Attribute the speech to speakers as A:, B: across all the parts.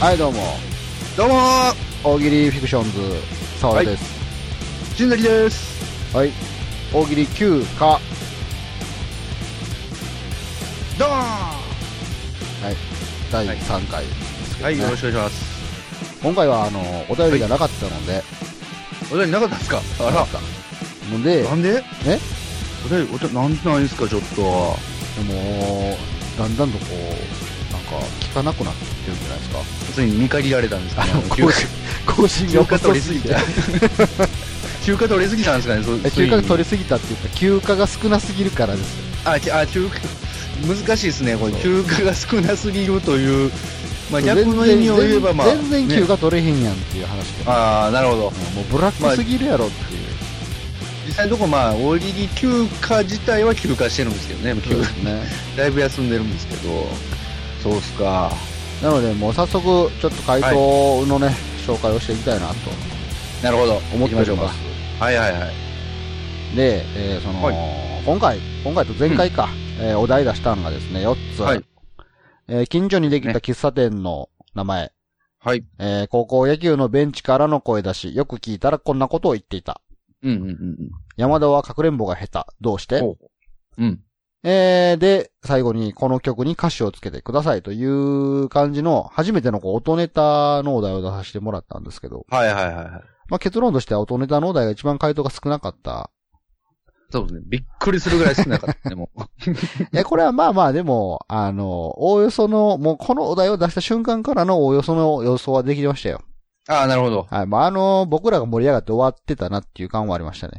A: はい、どうも。
B: どうも
A: 大喜利フィクションズ、沢田です。
B: ー、しんざきです。
A: はい。大喜利9か。は
B: どうも
A: い。第3回ですけど、
B: は
A: ね
B: い、よろしくお願いします。
A: 今回は、あの、お便りがなかったので、
B: お便りなかったですかあ
A: な
B: ら。
A: かったので、
B: なんで
A: え
B: お便り、お便り、なんでないんですか、ちょっと。
A: もう、だんだんとこう、なんか、聞かなくなってきてるんじゃないですか。
B: 普通に見返りられたんですか
A: あ
B: ね
A: の、更新、更新が
B: 休暇
A: 遅
B: 取り
A: す
B: す
A: ぎ て
B: ぎた。。休暇取りすぎたんですかね、そ
A: え休暇が取
B: り
A: りすぎたっていうか、休暇が少なすぎるからですよ。
B: あ、ちあ、休暇、難しいですね、これ。休暇が少なすぎるという、まあ逆の意味を言えば、まあ。
A: 全然休
B: ね
A: 暇取れへんやんっていう話で、
B: ああ、なるほど。
A: もうブラックすぎるやろっていう。
B: 実際のとこ、まあ、大喜利休暇自体は休暇してるんですけどね、
A: そ
B: 休
A: うで
B: 暇
A: すね。
B: だいぶ休んでるんですけど。そうっすか。
A: なので、もう早速、ちょっと回答のね、紹介をしていきたいなと
B: なるほど。
A: 思
B: 思
A: っ
B: ってて
A: お
B: ま
A: り
B: しょう
A: ま
B: か
A: す。。
B: はいはいはい。
A: で、えーその、
B: は
A: 今回、今回と前回か、えーお題出したのがですね、4つ。
B: はい
A: えー近所にできた
B: ね
A: 喫茶店の名前、
B: はい。
A: えー高校野球のベンチからの声出し、よく聞いたらこんなことを言っていた。
B: うんうんうん
A: 山田はかくれんぼが下手。どうし
B: うん。
A: て
B: ほううん。
A: えーで、最後にこの曲に歌詞をつけてくださいという感じの、初めてのこう音ネタのお題を出させてもらったんですけど、
B: はいはいはいはい。
A: まあ、結論としては音ネタのお題が一番回答が少なかった。
B: そうですね。びっくりするぐらい少なか ったね、もう。
A: え、これはまあまあでも、あの、おおよその、もうこのお題を出した瞬間からのおおよその予想はできましたよ。
B: ああ、なるほど。
A: はい。まああの、僕らが盛り上がって終わってたなっていう感はありま したね。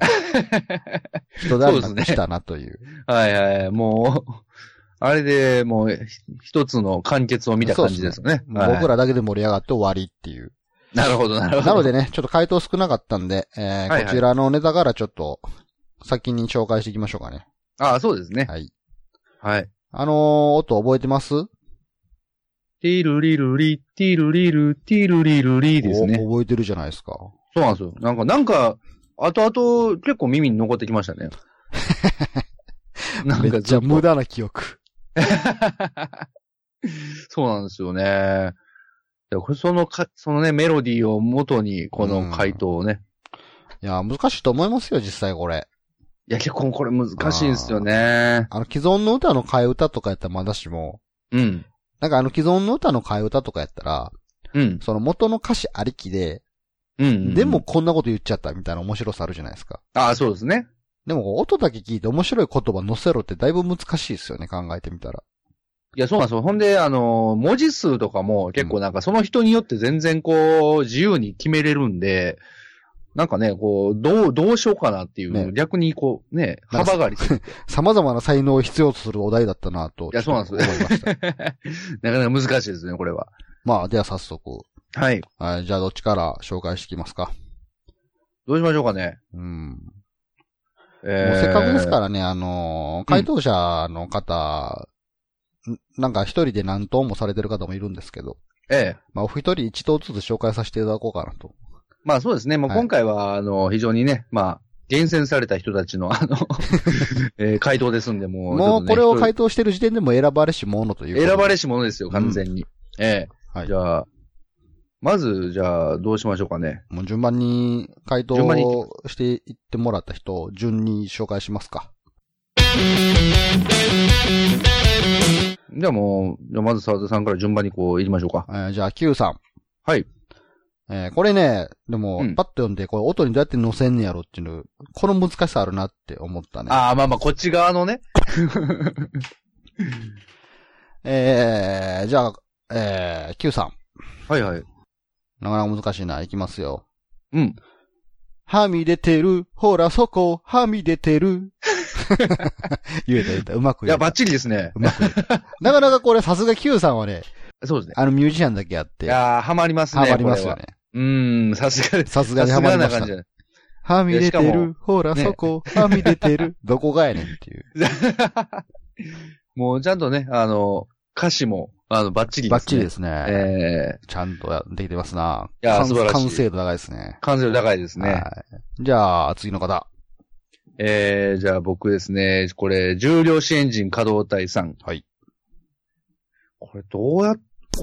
A: 人だらけ
B: そうですね
A: したなという。
B: はいはい。もう、あれでもう、ひ一つの完結を見た感じですよね。
A: もう僕
B: ら。
A: らだけで盛り上がって終わりっていう。
B: なるほど、なるほど。
A: なのでね、ちょっと回答少なかったんで、えー
B: いはい
A: こちらのネタからちょっと、先に紹介していきましょうかね。
B: ああ、そうですね。
A: はい。
B: はい。
A: あのー音覚えてます
B: ティルリルリ、ティルリル、ティルリルリですね。
A: お覚えてるじゃないですか。
B: そうなんですよ。なんか、なんか、後々結構耳に残ってきました ね。な
A: めっち
B: ず
A: ゃ
B: っと
A: 無駄な記憶。
B: そうなんですよね。でこれそのか、そのね、メロディーを元に、この回答をね。
A: いや、難しいと思いますよ、実際これ。
B: いや、結構これ難しいんですよね。
A: あの、既存の歌の替え歌とかやったらまだしも、
B: うん。
A: なんかあの既存の歌の替え歌とかやったら、
B: うん。
A: その元の歌詞ありきで、
B: うん、うん。
A: でも、こんなこと言っちゃったみたいな面白さあるじゃないですか。
B: ああ、そうですね。
A: でもこう音だけ聞いて面白い言葉載せろってだいぶ難しいですよね、考えてみたら。
B: いや、そうなんですよ。ほんで、あの、文字数とかも結構なんかその人によって全然こう、自由に決めれるんで、なんかね、こう、どう、どうしようかなっていう、
A: ね
B: 逆にこう、ね、
A: なんか
B: 幅がありそう。
A: 様々な才能を必要とするお題だったなと。
B: いやそうなんです
A: 思いま した。
B: なかなか難しいですね、これは。
A: まあ、では早速。
B: はい。
A: はい、じゃあどっちから紹介していきますか。
B: どうしましょうかね。
A: うん。
B: え。
A: もうせっかくですかららね、あのー回答者の方、んなんか一人で何答もされてる方もいるんですけど、
B: ええ。
A: まあ、お一人一答ずつ紹介させていただこうかなと。
B: まあそうですね。まあ
A: はい
B: 今回は、あの、非常にね、まあ、厳選された人たちの、あ の、えー回答ですんで、もう、
A: もうこれを
B: 回
A: 回答してる時点でも選ばれし者ということで
B: 選ばれし者ですよ、完全に。ええ
A: はい
B: じゃあ、まず、じゃあ、どうしましょうかね。
A: もう順番に回答
B: 順番に
A: していってもらった人を順に紹介しますか。
B: じゃあもう、じゃあまず沢田さんから順番にこう、言いましょうか。
A: えーじゃあ Q さん。
B: はい。
A: えーこれね、でも、
B: うん
A: パッと読んで、これ音にどうやって乗せんねやろっていうの、この難しさあるなって思ったね。
B: ああ、まあまあ、こっち側のね。
A: えー、じゃあ、えー、Q さん。
B: はいはい。
A: なかなか難しいな。いきますよ。
B: うん。
A: はみ出てる。ほら、そこ。はみ出てる。 言えた言えた。うまく
B: い
A: 言え
B: や、
A: た。
B: バッチリですね。
A: なかなかこれ、さすが Q さんはね、
B: そうですね。
A: あのミュージシャンだけあっ
B: い
A: て、
B: やー、ハマりますね。
A: ハマります
B: これ
A: よ
B: は
A: ね。
B: うーん、さすがです。
A: さすがに
B: さす
A: ハマり
B: がな
A: まし
B: 感
A: た
B: じじ。ゃない。
A: はみ出て
B: いやしか
A: る。ほら、
B: ね
A: そこ。はみ出て る。どこがやねんっていう。
B: もう、ちゃんとね、あの、歌詞も、あの、バッチリで
A: バ
B: す、ね。
A: ッチリです
B: え
A: ね。
B: え
A: ちゃんとやできてますな。
B: いや
A: 完
B: 素晴らしい
A: 完成度高いですね。
B: 完成度高いです
A: は
B: ね。
A: い。じゃあ、次の方。
B: えー、じゃあ僕ですね、これ、重量子エンジン稼働体さん。
A: はい。
B: これどうやっ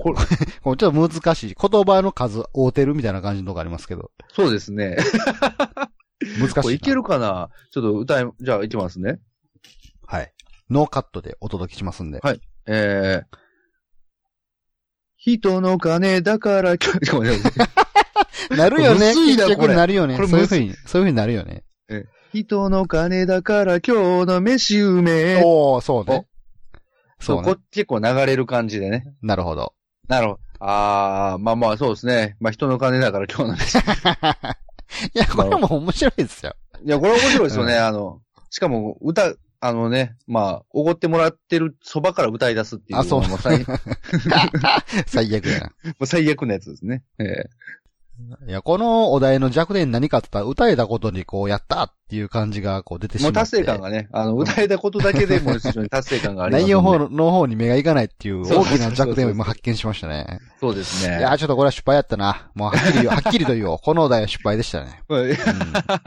B: これ
A: こうちょっと難しい。言葉の数合うてるみたいな感じのとこありますけど。
B: そうですね。
A: 難しいな。
B: これいけるかなちょっと歌い、じゃあいきますね。
A: はい。ノーカットでお届けしますんで。
B: はいえー、人の金だから、 きょごめんなさい
A: なるよね。
B: これむずいな
A: 結
B: こ
A: 局
B: れ
A: なるよね。
B: これ
A: そ
B: む
A: うい
B: ず
A: う
B: い
A: ふうに、そういうふうになるよね。
B: 人の金だから今日の飯うめえ。
A: おー、そうね。そう
B: こ
A: ね。
B: 結構流れる感じでね。
A: なるほ ど。
B: なるほど。ああ、まあまあそうですね。まあ人の金だから今日の飯。い
A: いや、これも面白いですよ。
B: や、これ面白いですよね。
A: う
B: あの、しかも歌、あのね、まあ、おごってもらってるそばから歌い出すっていう。
A: あそう
B: もう最も
A: 最悪やな。
B: う最悪なやつですね。ええ
A: いや、このお題の弱点何かって言ったら、歌えたことにこう、やったっていう感じがこう出てしま
B: も
A: っ
B: う
A: て。
B: 達成感がね、あの、歌えたことだけでもう非常に達成感があります、
A: 内
B: ね。
A: 容の方に目がいかないっていう
B: そう
A: 大
B: そうそう
A: き
B: そう
A: な弱点を今発見しましたね。
B: そうですね。
A: いやー、ちょっとこれは失敗やったな。もうはっきり言う、はっきりと言おう。このお題は失敗でしたね。
B: うん
A: うん。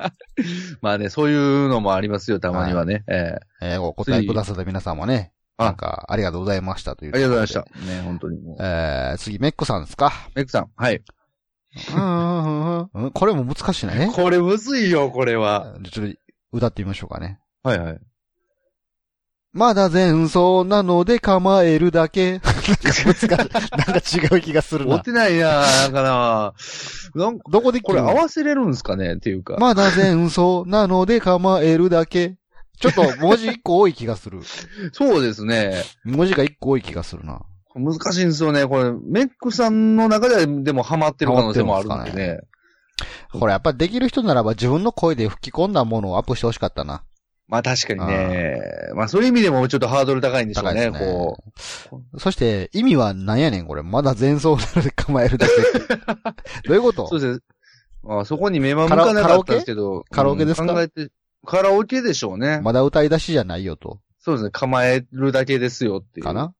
B: まあね、そういうのもありますよ、たまにはね。ええ
A: えーお答えくださった皆さんもね、
B: あ
A: なんか、ありがとうございましたという
B: ありがとうございました。ね、本当にもう。
A: た。えー、次、メックさんですか。
B: メイクさん、はい。
A: うんうんうんうん。これも難しいな。え
B: これむずいよ、これは。
A: ちょっと、歌ってみましょうかね。
B: はいはい。
A: まだ前奏なので構えるだけ。なんか難しい。なんか違う気がする
B: 追っ
A: な。
B: てないな、なんかな。なんか
A: どこで
B: こ
A: 聞
B: れ合
A: く
B: わせれるんですかねっていうか。
A: まだ前奏なので構えるだけ。ちょっと文字一個多い気がする。
B: そうですね。
A: 文字が一個多い気がするな。
B: 難しいんですよね。これ、メックさんの中ではでもハマってる可能性もあるん
A: ハマ
B: で
A: ってるん
B: ね。
A: これやっぱできる人ならば自分の声で吹き込んだものをアップしてほしかったな。
B: まあ確かにね。まあそういう意味でもちょっとハードル高いんでしょ
A: 高
B: う
A: いで
B: ね、
A: すね
B: こう。
A: そして、意味は何やねん、これ。まだ前奏なので構えるだけ。 どういうこと
B: そうですね。まあそこに目ま向かなかったんですけど。
A: カラオケカラオケですか
B: うん考えて、カラオケでしょうね。
A: まだ歌い出しじゃないよと。
B: そうですね。構えるだけですよっていう。
A: かな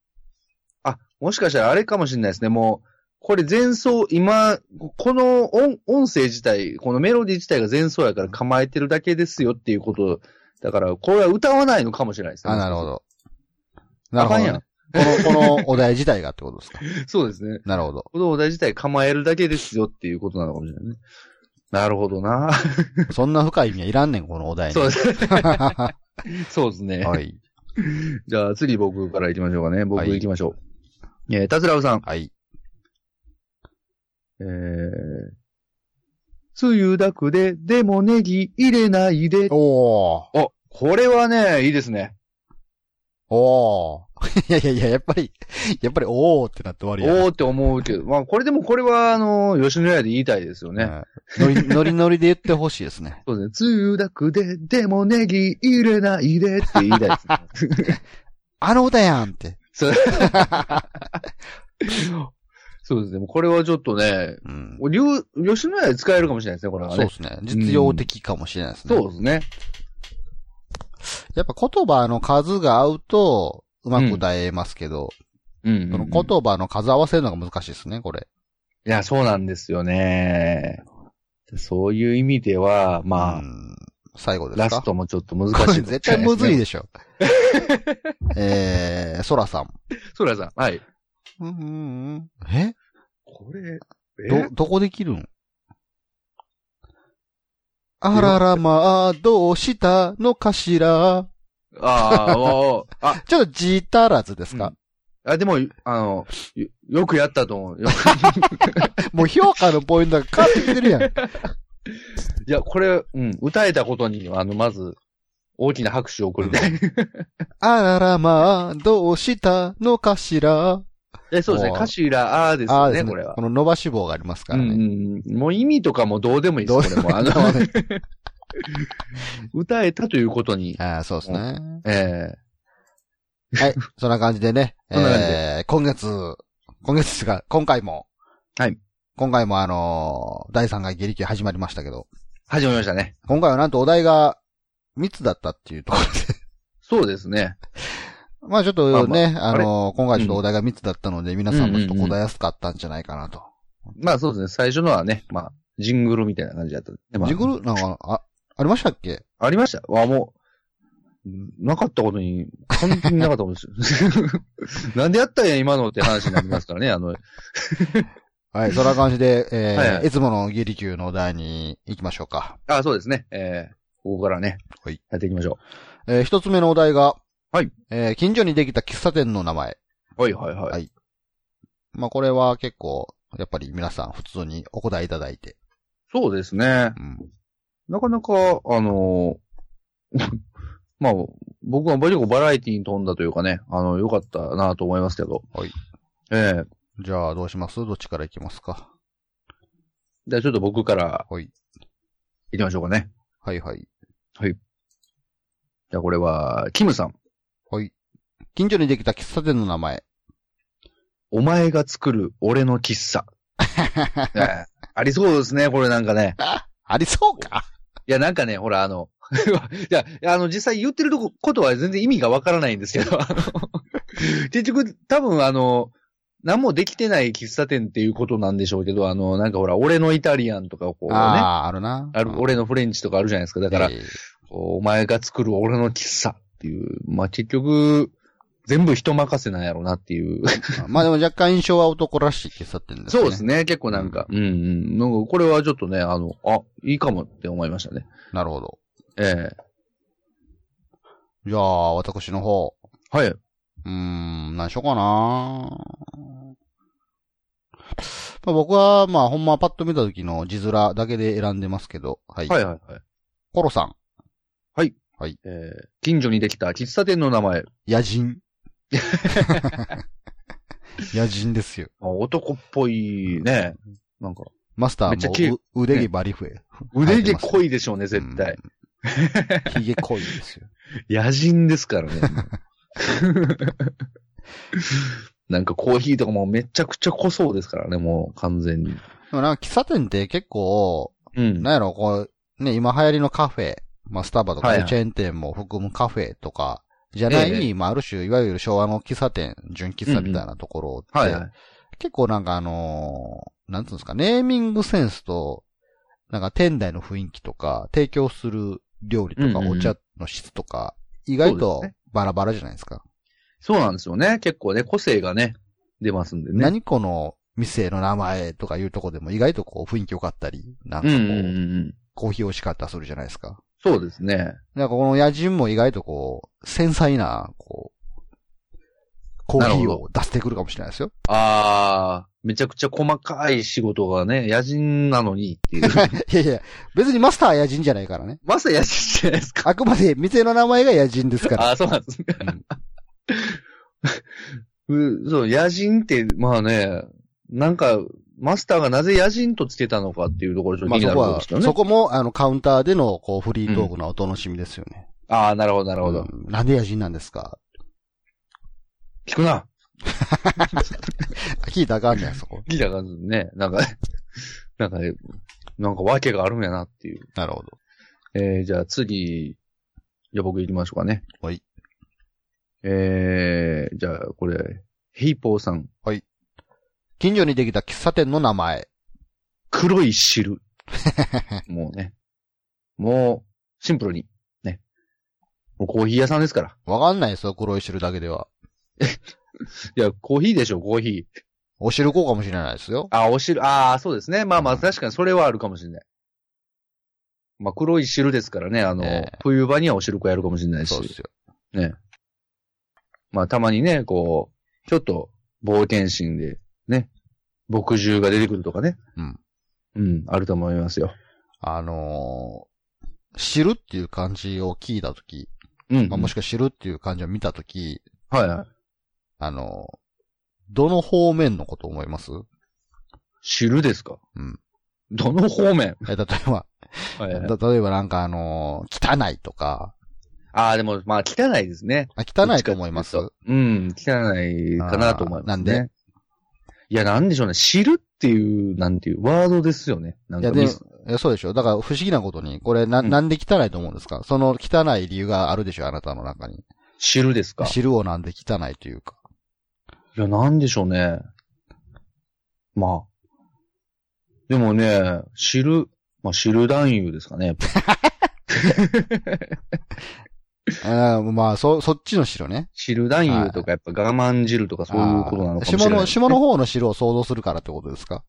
B: あ、もしかしたらあれかもしれないですね。もう、これ前奏、今、この音音声自体、このメロディ自体が前奏やから構えてるだけですよっていうこと。だから、これは歌わないのかもしれないですね。
A: あ、なるほ。ど。な
B: あ
A: るほ
B: か
A: ど
B: ん
A: ね、
B: やん。
A: この、このお題自体がってことですか。
B: そうですね。
A: なるほど。
B: このお題自体構えるだけですよっていうことなのかもしれないね。なるほどな。
A: そんな深い意味はいらんねん、このお題に。
B: そうです ね。
A: は
B: そうですね。
A: い。
B: じゃあ、次僕から行きましょうかね。僕行きましょう。えー、たつらうさん。
A: はい。
B: えー、つゆだくで、でもネギ入れないで。
A: おー。
B: お、これはね、いいですね。
A: おー。 いやいやいや、やっぱり、やっぱり、おーってなって終わりやな。
B: おーって思うけど。まあ、これでもこれは、あの、吉野家で言いたいですよね。
A: うん。ノリ、ノリノリで言ってほしいですね。
B: そうですね。つゆだくで、でもネギ入れないでって言いたいですね。
A: あの歌やんって。
B: そうそうですね。もうこれはちょっとね、
A: うん。
B: お流吉野家で使えるかもしれないですね、これは
A: そう
B: ね
A: で。すね。実用的かもしれないですね。
B: そうですね。
A: やっぱ言葉の数が合うと、うまく歌えますけど、
B: うんうんうん、
A: その言葉の数合わせるのが難しいですね、これ。
B: いや、そうなんですよね。そういう意味では、まあ、
A: うん最後ですか
B: ラストもちょっと難しい
A: こ
B: かも
A: れ
B: しれ ないですね、
A: 絶対むずいでしょ。 えー、ソラさん。
B: そらさん、はい。
A: え
B: これ、
A: ど、どこで切るんあららまあ、どうしたのかしら。
B: ああ、おーあ、
A: ちょっとじたらずですか、
B: あ、でも、あの、よよくやったと思う。よ く
A: もう評価のポイントが変わってきてるやん。
B: いや、これ、うん、歌えたことに、あの、まず、大きな拍手を送りたい。
A: あららまあ、どうしたのかしら。
B: え、そうですね。
A: おー
B: 歌詞ら、あーです
A: あ
B: よ
A: あ
B: ね、
A: です
B: これは。
A: の伸ばし棒があります
B: う
A: からね。
B: ん、もう意味とかもどうでもいいです、
A: どう
B: こ
A: で
B: れも。あの、
A: ね。
B: 歌えたということに、
A: ああ、そうですね。
B: え
A: はい。そんな感じでね。
B: そんな感じで
A: えー、今月、今月ですか、今回も。
B: はい。
A: 今回もあのー第3回ゲリキ始まりましたけど、
B: ー始まりましたね。
A: 今回はなんとお題が3つだったっていうところで。
B: そうですね。
A: まあちょっとね、あ
B: あれ
A: のー今回ちょっとお題が3つだったので、皆さんもちょっと答えやすかったんじゃないかなと。
B: まあそうですね。最初のはね、まあ、ジングルみたいな感じだった。でまあ
A: ジグル、なんか、あ、ありましたっけ
B: ありました。わ、もなかったことに、完全になかったこ とです。なんでやったんや、今のって話になりますからね、あの、
A: はい、そんな感じで、えー
B: はいはい
A: いつものギリキューのお題に行きましょうか。
B: あ、そうですね。えー、ここからね、
A: はい
B: やっていきましょ
A: えー一つ目のお題が、
B: はい。
A: えー近所にできた喫茶店の名前。
B: う。はいはいはい。
A: はいまあ、これは結構、やっぱり皆さん普通にお答えいただいて。
B: そうですね。
A: うん。
B: なかなか、あのー まあ、僕は結構バラエティに飛んだというかね、あの、良かったなと思いますけど。
A: はい。
B: ええ
A: じゃあ、どうしますどっちから行きますか
B: じゃあちょっと僕から、
A: はい。
B: 行きましょうかね。
A: はいはい。
B: じゃあこれは、キムさん。
A: 近所にできた喫茶店の名前。
B: お前が作る俺の喫 茶。ええありそうですね、これなんかね。
A: ありそうか
B: いや、なんかね、ほら、あの、 いや、あの、実際言ってるとこことは全然意味がわからないんですけど、あの 結局、多分、あの、何もできてない喫茶店っていうことなんでしょうけど、あの、なんかほら、俺のイタリアンとか、こうね、あ
A: ああ、あるな。
B: る、俺のフレンチとかあるじゃないですか。だ
A: だ
B: から、お前が作る俺の喫茶っていう、まあ、結局、全部人任せなんやろうなっていう。
A: まあでも若干印象は男らしい喫茶店ですね。
B: そうです ね、結構なんか、うんうん。なんか、これはちょっとね、あの、あ、いいかもって思いましたね。
A: なるほど。
B: ええ
A: じゃあ、私の方。
B: はい。
A: うーん、何しようかな。まあ、僕は、まあ、ほんまパッと見た時の字面だけで選んでますけど、はい。
B: はいはいはい。
A: コロさん、
B: えー近所にできた喫茶店の名前。
A: 野 人。野人ですよ。
B: あ男っぽいね。なんか、
A: マスタ
B: めっちゃ
A: ー
B: 綺
A: も
B: 麗
A: う腕毛バリフェ。
B: 腕毛濃いでしょうね、絶対。
A: ヒゲ濃いですよ。
B: 野人ですからね。なんかコーヒーとかもめちゃくちゃ濃そうですからね、もう完全に。
A: でもなんか喫茶店って結構、
B: うん。
A: なんやろ、こう、ね、今流行りのカフェ、まあ、スタバとか、
B: はい
A: チェーン店も含むカフェとか、じゃない、
B: え
A: まあ、ある種、いわゆる昭和の喫茶店、純喫茶みたいなところって、
B: はいはい。
A: 結構なんかあのーなんつうんですか、ネーミングセンスと、なんか店内の雰囲気とか、提供する料理とか、
B: うんうんうん
A: お茶の質とか、意外
B: そう
A: と
B: ですね
A: バラバラじゃないですか。
B: そうなんですよね。結構ね、個性がね、出ますんでね。
A: 何この店の名前とかいうとこでも意外とこう雰囲気良かったり、なん
B: う
A: かこ
B: ん
A: う、
B: うんうんうん。
A: コーヒー美味しかったりするじゃないですか。
B: そうですね。
A: なんかこの野人も意外とこう、繊細な、こう、コーヒーを出してくるかもしれないですよ。
B: あー、めちゃくちゃ細かい仕事がね、野人なのに っていう。
A: いやいや、別にマスターは野人じゃないからね。
B: まさ野人じゃないですか。
A: あくまで店の名前が野人ですから。
B: あー、そうなんですね。
A: うん
B: うそう、野人って、まあね、なんか、マスターがなぜ野人とつけたのかっていうところちょっと
A: まあ
B: 気に
A: そ
B: なる
A: こと
B: ころ
A: は、
B: ですよね。
A: そこも、あの、カウンターでの、こう、フリートークのお楽しみですよね。
B: ああ、なるほど、なるほ
A: う
B: ど。
A: んなんで野人なんですか
B: 聞くな。
A: 聞いたらあかんねん、そこ。
B: 聞いた感じね。なんか、 なんかね、なんか訳があるんやなっていう。
A: なるほど。
B: えー、じゃあ次、じゃあ僕行きましょうかね。
A: はい。
B: えー、じゃあこれ、ヘイポーさん。
A: 近所にできた喫茶店の名前。
B: 黒い汁。もうね。もう、シンプルに。ね。もうコーヒー屋さんですから。
A: わかんないですよ、黒い汁だけでは。
B: いや、コーヒーでしょ、コーヒー。
A: お汁粉かもしれないですよ。
B: あ、お汁、ああ、そうですね。まあま
A: う
B: あ、
A: ん
B: 確かにそれはあるかもしれない。まあ、黒い汁ですからね、あの、
A: ええ
B: 冬場にはお汁粉やるかもしれない
A: そうです
B: し、
A: よ。
B: まあ、たまにね、こう、ちょっと、冒険心で、ね、墨汁が出てくるとかね。
A: うん。
B: うん、あると思いますよ。
A: あのー、汁っていう漢字を聞いたとき、
B: うん。
A: まあ、もしくは知るっていう漢字を見たとき、
B: はいはい。
A: あのー、どの方面のこと思い ます
B: 汁ですか
A: うん。
B: どの方面
A: え、例えば、
B: はいはい。
A: だ例えばなんかあのー、汚いとか、
B: ああ、でも、まあ、汚いですね。
A: あ汚いと思います
B: どっちかっていうとうん、汚いかなと思いま
A: あーな
B: す、ね。
A: んで
B: いや、なんでしょうね。知るっていう、なんていう、ワードですよね。なん
A: い
B: か
A: や、で
B: ミ
A: も
B: ス、
A: えそうでしょ。だから不思議なことに、これな、
B: うん
A: なんで汚いと思うんですかその汚い理由があるでしょ、あなたの中に。
B: 知るですか。い
A: 汁をなんで汚いというか。
B: や、なんでしょうね。まあ。でもね、知る、まあ、知る男優ですかね。やっぱ
A: あーまあ、そ、そっちの白ね。
B: 汁男優とか、やっぱ我慢汁とかそういうことなのかもしれない、
A: あー下の、下の方の白を想像するからってことですか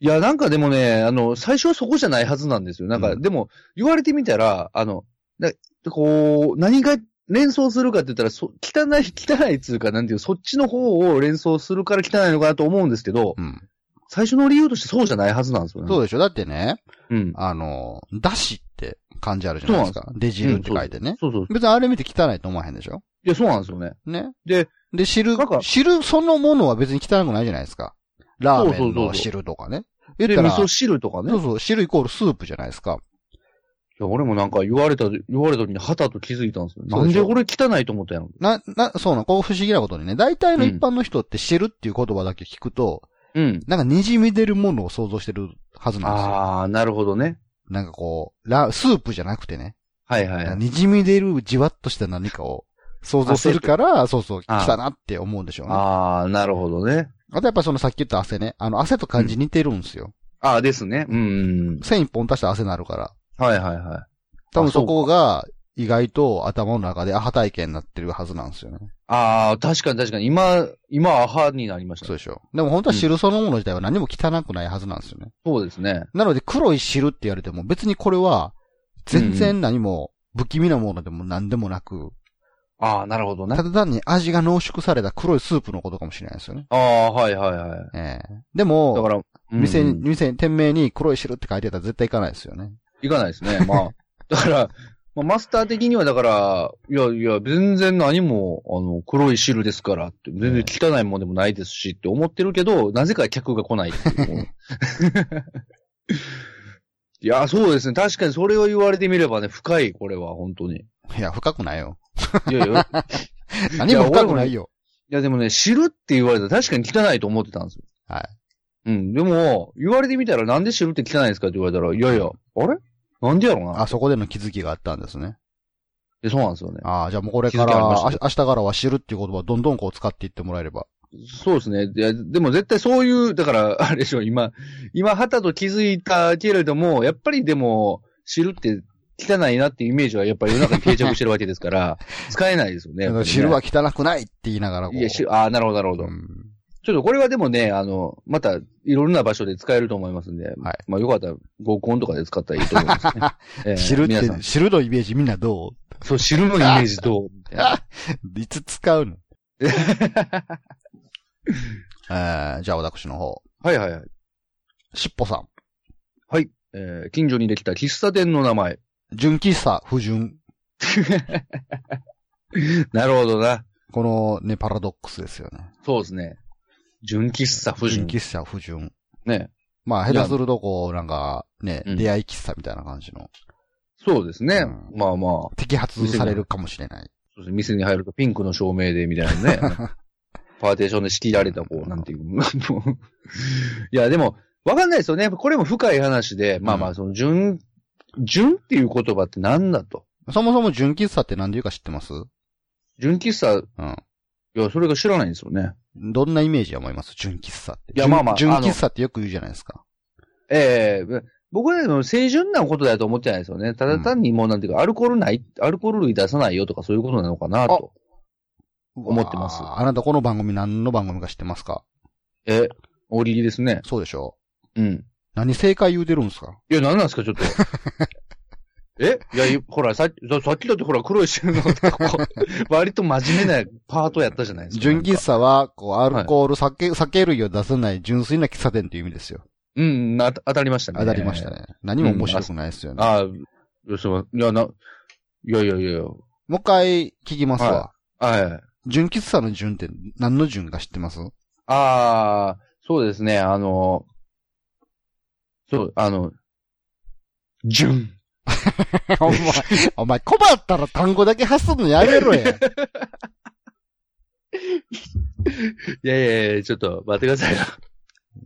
B: いや、なんかでもね、あの、最初はそこじゃないはずなんですよ。なんか、
A: うん
B: でも、言われてみたら、あの、なこう、何が連想するかって言ったら、そ汚い、 汚いっつうか、なんていう、そっちの方を連想するから汚いのかなと思うんですけど、
A: うん。
B: 最初の理由としてそうじゃないはずなんですよね。
A: そう
B: う。
A: でしょだってね、
B: うん。
A: あの、だしって漢字あるじゃないですか。で汁って書いてね。
B: そうそう。
A: 別にあれ見て汚いと思わへんでしょ
B: いや、そうなんですよね。
A: ね。
B: で、
A: で、汁
B: なんか、
A: 汁そのものは別に汚くないじゃないですか。ラーメ
B: そうそ
A: ン
B: うそうそ
A: の
B: う
A: 汁とかね。言っ
B: で、
A: た
B: 味
A: ら、
B: 噌汁とかね。い
A: そうそう、汁イコールスープじゃないですか。
B: や、俺もなんか言われた、言われた時にはたと気づいたんですよ。
A: そ
B: な
A: うんでし
B: で
A: ょ
B: 俺汚いと思ったやん。
A: な、な、そうなの、こう不思議なことにね。大体の
B: うん
A: 一般の人って汁っていう言葉だけ聞くと、
B: うん。
A: なんか滲み出るものを想像してるはずなんですよ。
B: あー、なるほどね。
A: なんかこう、ラ、スープじゃなくてね。
B: はいはいはい。
A: 滲み出るじわっとした何かを想像するから、そうそう、
B: あ
A: 来たなって思うんでしょうね。あ
B: あー、なるほどね。
A: とやっぱそのさっき言った汗ね。あの、汗と漢字似てるんですよ。
B: ああ、ですね。うん。
A: 線一本足したら汗になるから。
B: はいはいはい。
A: 多分
B: あ
A: そ
B: そうか
A: こが意外と頭の中でアハ体験になってるはずなんですよね。
B: ああ、確かに確かに。今、今、アハになりました。
A: そ
B: そう
A: でしょ。でも本当は汁そのもの自体は何も汚くないはずなんですよね。
B: うですね。
A: なので黒い汁って言われても別にこれは全然何も不気味なものでも何でもなく、
B: ああ、なるほどね
A: た。だ単に味が濃縮された黒いスープのことかもしれないですよね。
B: ああ、はいはいはい。
A: ええで
B: だ
A: も
B: か、ら、うん
A: 店に、店、店名に黒い汁って書いてたら絶対行かないですよね。
B: 行かないですね。まあ、 だから、まあ、マスター的にはだから、いやいや、全然何も、あの、黒い汁ですからって、全然汚いもんでもないですしって思ってるけど、なぜか客が来ないって いう。いや、そうですね。確かにそれを言われてみればね、深い、これは、本当に。
A: いや、深くないよ。
B: い やいや、
A: 何も深くないよ。
B: いやでもね、知るって言われたら確かに汚いと思ってたんですよ。
A: はい。
B: うん。でも、言われてみたらなんで知るって汚いんですかって言われたら、いやいや、あれなんでやろうな。
A: あそこでの気づきがあったんですね。
B: でそうなんですよね。
A: ああ、じゃあもうこれか
B: 気づきありま
A: ら、
B: した
A: あし明日からは知るっていう言葉をどんどんこう使っていってもらえれば。
B: そうですね。いや、でも絶対そういう、だから、あれでしょ、今、今、はたと気づいたけれども、やっぱりでも、知るって汚いなっていうイメージはやっぱり世の中に定着してるわけですから、使えないです よね。やっぱりね
A: 知るは汚くないって言いながらこう。
B: いや、知る、ああ、なるほど、なるほど。
A: うん
B: ちょっとこれはでもね、あの、また、いろんな場所で使えると思いますんで、
A: はい
B: まあよかったら合コンとかで使ったらいいと思います ね。えー
A: 知るっ
B: 皆さん
A: て、知るのイメージみんなど
B: そう、知るのイメージど うみたいな
A: う いつ使う のえー、じゃあ私の方。
B: はいはいはい。
A: しっぽさん。
B: えー近所にできた喫茶店の 名前。
A: 純喫茶、不純。
B: なるほどな。
A: このね、パラドックスですよね。
B: そうですね。純喫茶夫
A: 純
B: 人。
A: 喫茶、不純。
B: ね。
A: まあ、下手するとこう、なんか、ね、
B: うん
A: 出会い喫茶みたいな感じの、
B: そうですね。
A: うん
B: まあまあそ
A: 摘発されるかもしれない。
B: うですね、店に入るとピンクの照明で、みたいな ね。パーテーションで仕切られた、こう、なんていう。 もういや、でも、わかんないですよね。これも深い話で、まあま
A: う
B: あ、その、純、純っていう言葉って何だと。
A: そもそも純喫茶って何で言うか知ってますう
B: 純喫茶、
A: ん。
B: いや、それが知らないんですよね。
A: どんなイメージ思います純喫茶って。
B: いやまあまあ
A: 純
B: あの
A: 純喫茶ってよく言うじゃないですか。
B: ええ僕はでも清純なことだと思ってないですよね。ただ単にもうなんていうか、アルコールない、アルコール類出さないよとかそういうことなのかなと。思ってます
A: うわーあなたこの番組何の番組か知ってますか
B: え、おりりですね。
A: そうでしょ
B: うん。
A: 何正解言うてるんですか
B: いや、何なんですか、ちょ っと。えいや、いほら、さっき、ささっきだってほら、黒い汁の、こ う割と真面目なパートやったじゃないですか。
A: 純喫
B: 茶。
A: 茶は、こう、アルコール、酒、酒類を出さない純粋な喫茶店っていう意味ですよ。
B: うん、な、当たりましたね。
A: 当たりました。ね。何も面白くないですよね。
B: ああ、すいません。いや、な、いやいやいやいや。
A: もう一回聞きますわ
B: は。はい。
A: 純喫茶の純って何の純か知って ます
B: ああ、そうですね、あの、そう、あの、純。
A: お前、 お前、困ったら単語だけ発するのやめろ や。
B: いやいやいや、ちょっと待ってくださいよ。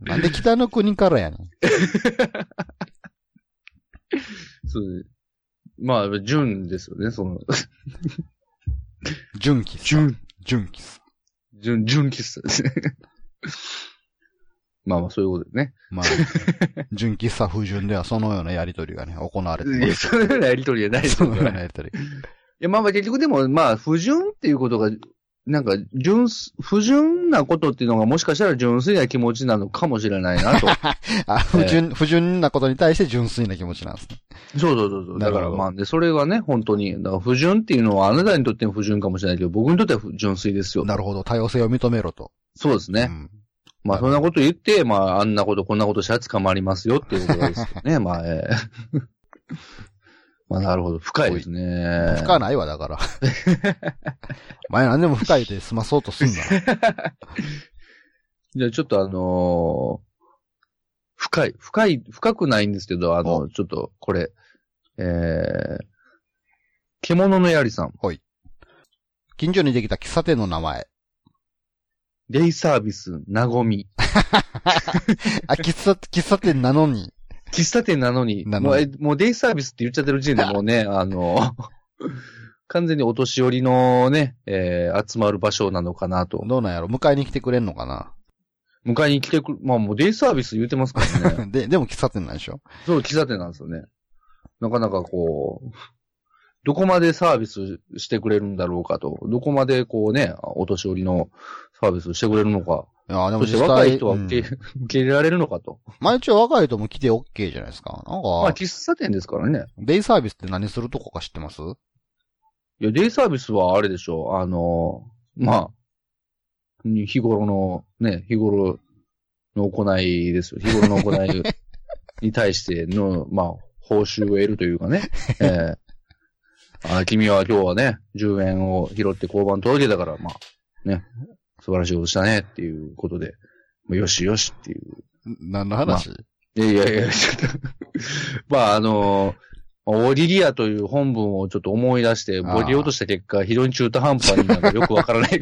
A: なんで北の国からやねん。
B: そうまあ、純ですよね、その、
A: 純喫茶。
B: 純。
A: 純喫茶。
B: 純、純喫茶ですね。 まあまあ、そういうことですね。
A: ま あ、純喫茶風順ではそのようなやりとりがね、行われてま
B: いや、
A: す。
B: そのようなやりとりじゃないです
A: そ
B: よ
A: のようなやりとり。
B: いや、まあまあ結局でも、まあ、不純っていうことが、なんか、純粋、不純なことっていうのがもしかしたら純粋な気持ちなのかもしれない なと。
A: あ、不純、不純なことに対して純粋な気持ちなんですね。
B: そうそうそうそう。だか
A: なる
B: ら
A: ほど
B: まあ、で、それがね、本当に、だから不純っていうのはあなたにとっても不純かもしれないけど、僕にとっては不純粋ですよ。
A: なるほど。多様性を認めろと。
B: そうですね。
A: うん
B: まあ、そんなこと言って、まあ、あんなこと、こんなことしたら捕まりますよっていうことですけど ね。まあ、ええ まあ、なるほど。深いですね。
A: 深ないわ、だから。 お前何でも深いで済 まそうとすんな。
B: じゃあ、ちょっとあのー深い、深い、深くないんですけど、あの、ちょっと、これ、えー、獣のやりさん、
A: 近所にできた喫茶店の名前。
B: デイサービス、なごみ。
A: あ、喫茶、喫茶店なのに。
B: 喫茶店なのに、
A: なのに
B: もうえもうデイサービスって言っちゃってる時点で もうね、あの、完全にお年寄りのね、えー集まる場所なのかなと。
A: どうなんやろ迎えに来てくれんのかな
B: 迎えに来てくる、まあもうデイサービス言ってますか らね。
A: で、でも喫茶店なんでしょ
B: そう、喫茶店なんですよね。なかなかこう、どこまでサービスしてくれるんだろうかと、どこまでこうね、お年寄りのサービスしてくれるのか、
A: いや、でも
B: そして
A: 実
B: 若い
A: 際、
B: 人は
A: うん
B: 受け,、受け入れられるのかと。
A: まあ一応若い人も来て OK じゃないですか。なん
B: ま
A: か、
B: あ喫茶店ですからね。
A: デイサービスって何するとこか知ってます
B: いや、デイサービスはあれでしょう、あの、まあ、に日頃の、ね、日頃の行いですよ。日頃の行いに対しての、まあ、報酬を得るというかね。えーあ君は今日はね、10円を拾って交番届けたから、まあ、ね、素晴らしいことしたねっていうことで、まあよしよしっていう。
A: 何の話、
B: いやいやいや、ちょっと、 まああのオリリアという本文をちょっと思い出して、
A: あー
B: ボディ落とした結果、非常に中途半端になんか よくわからない。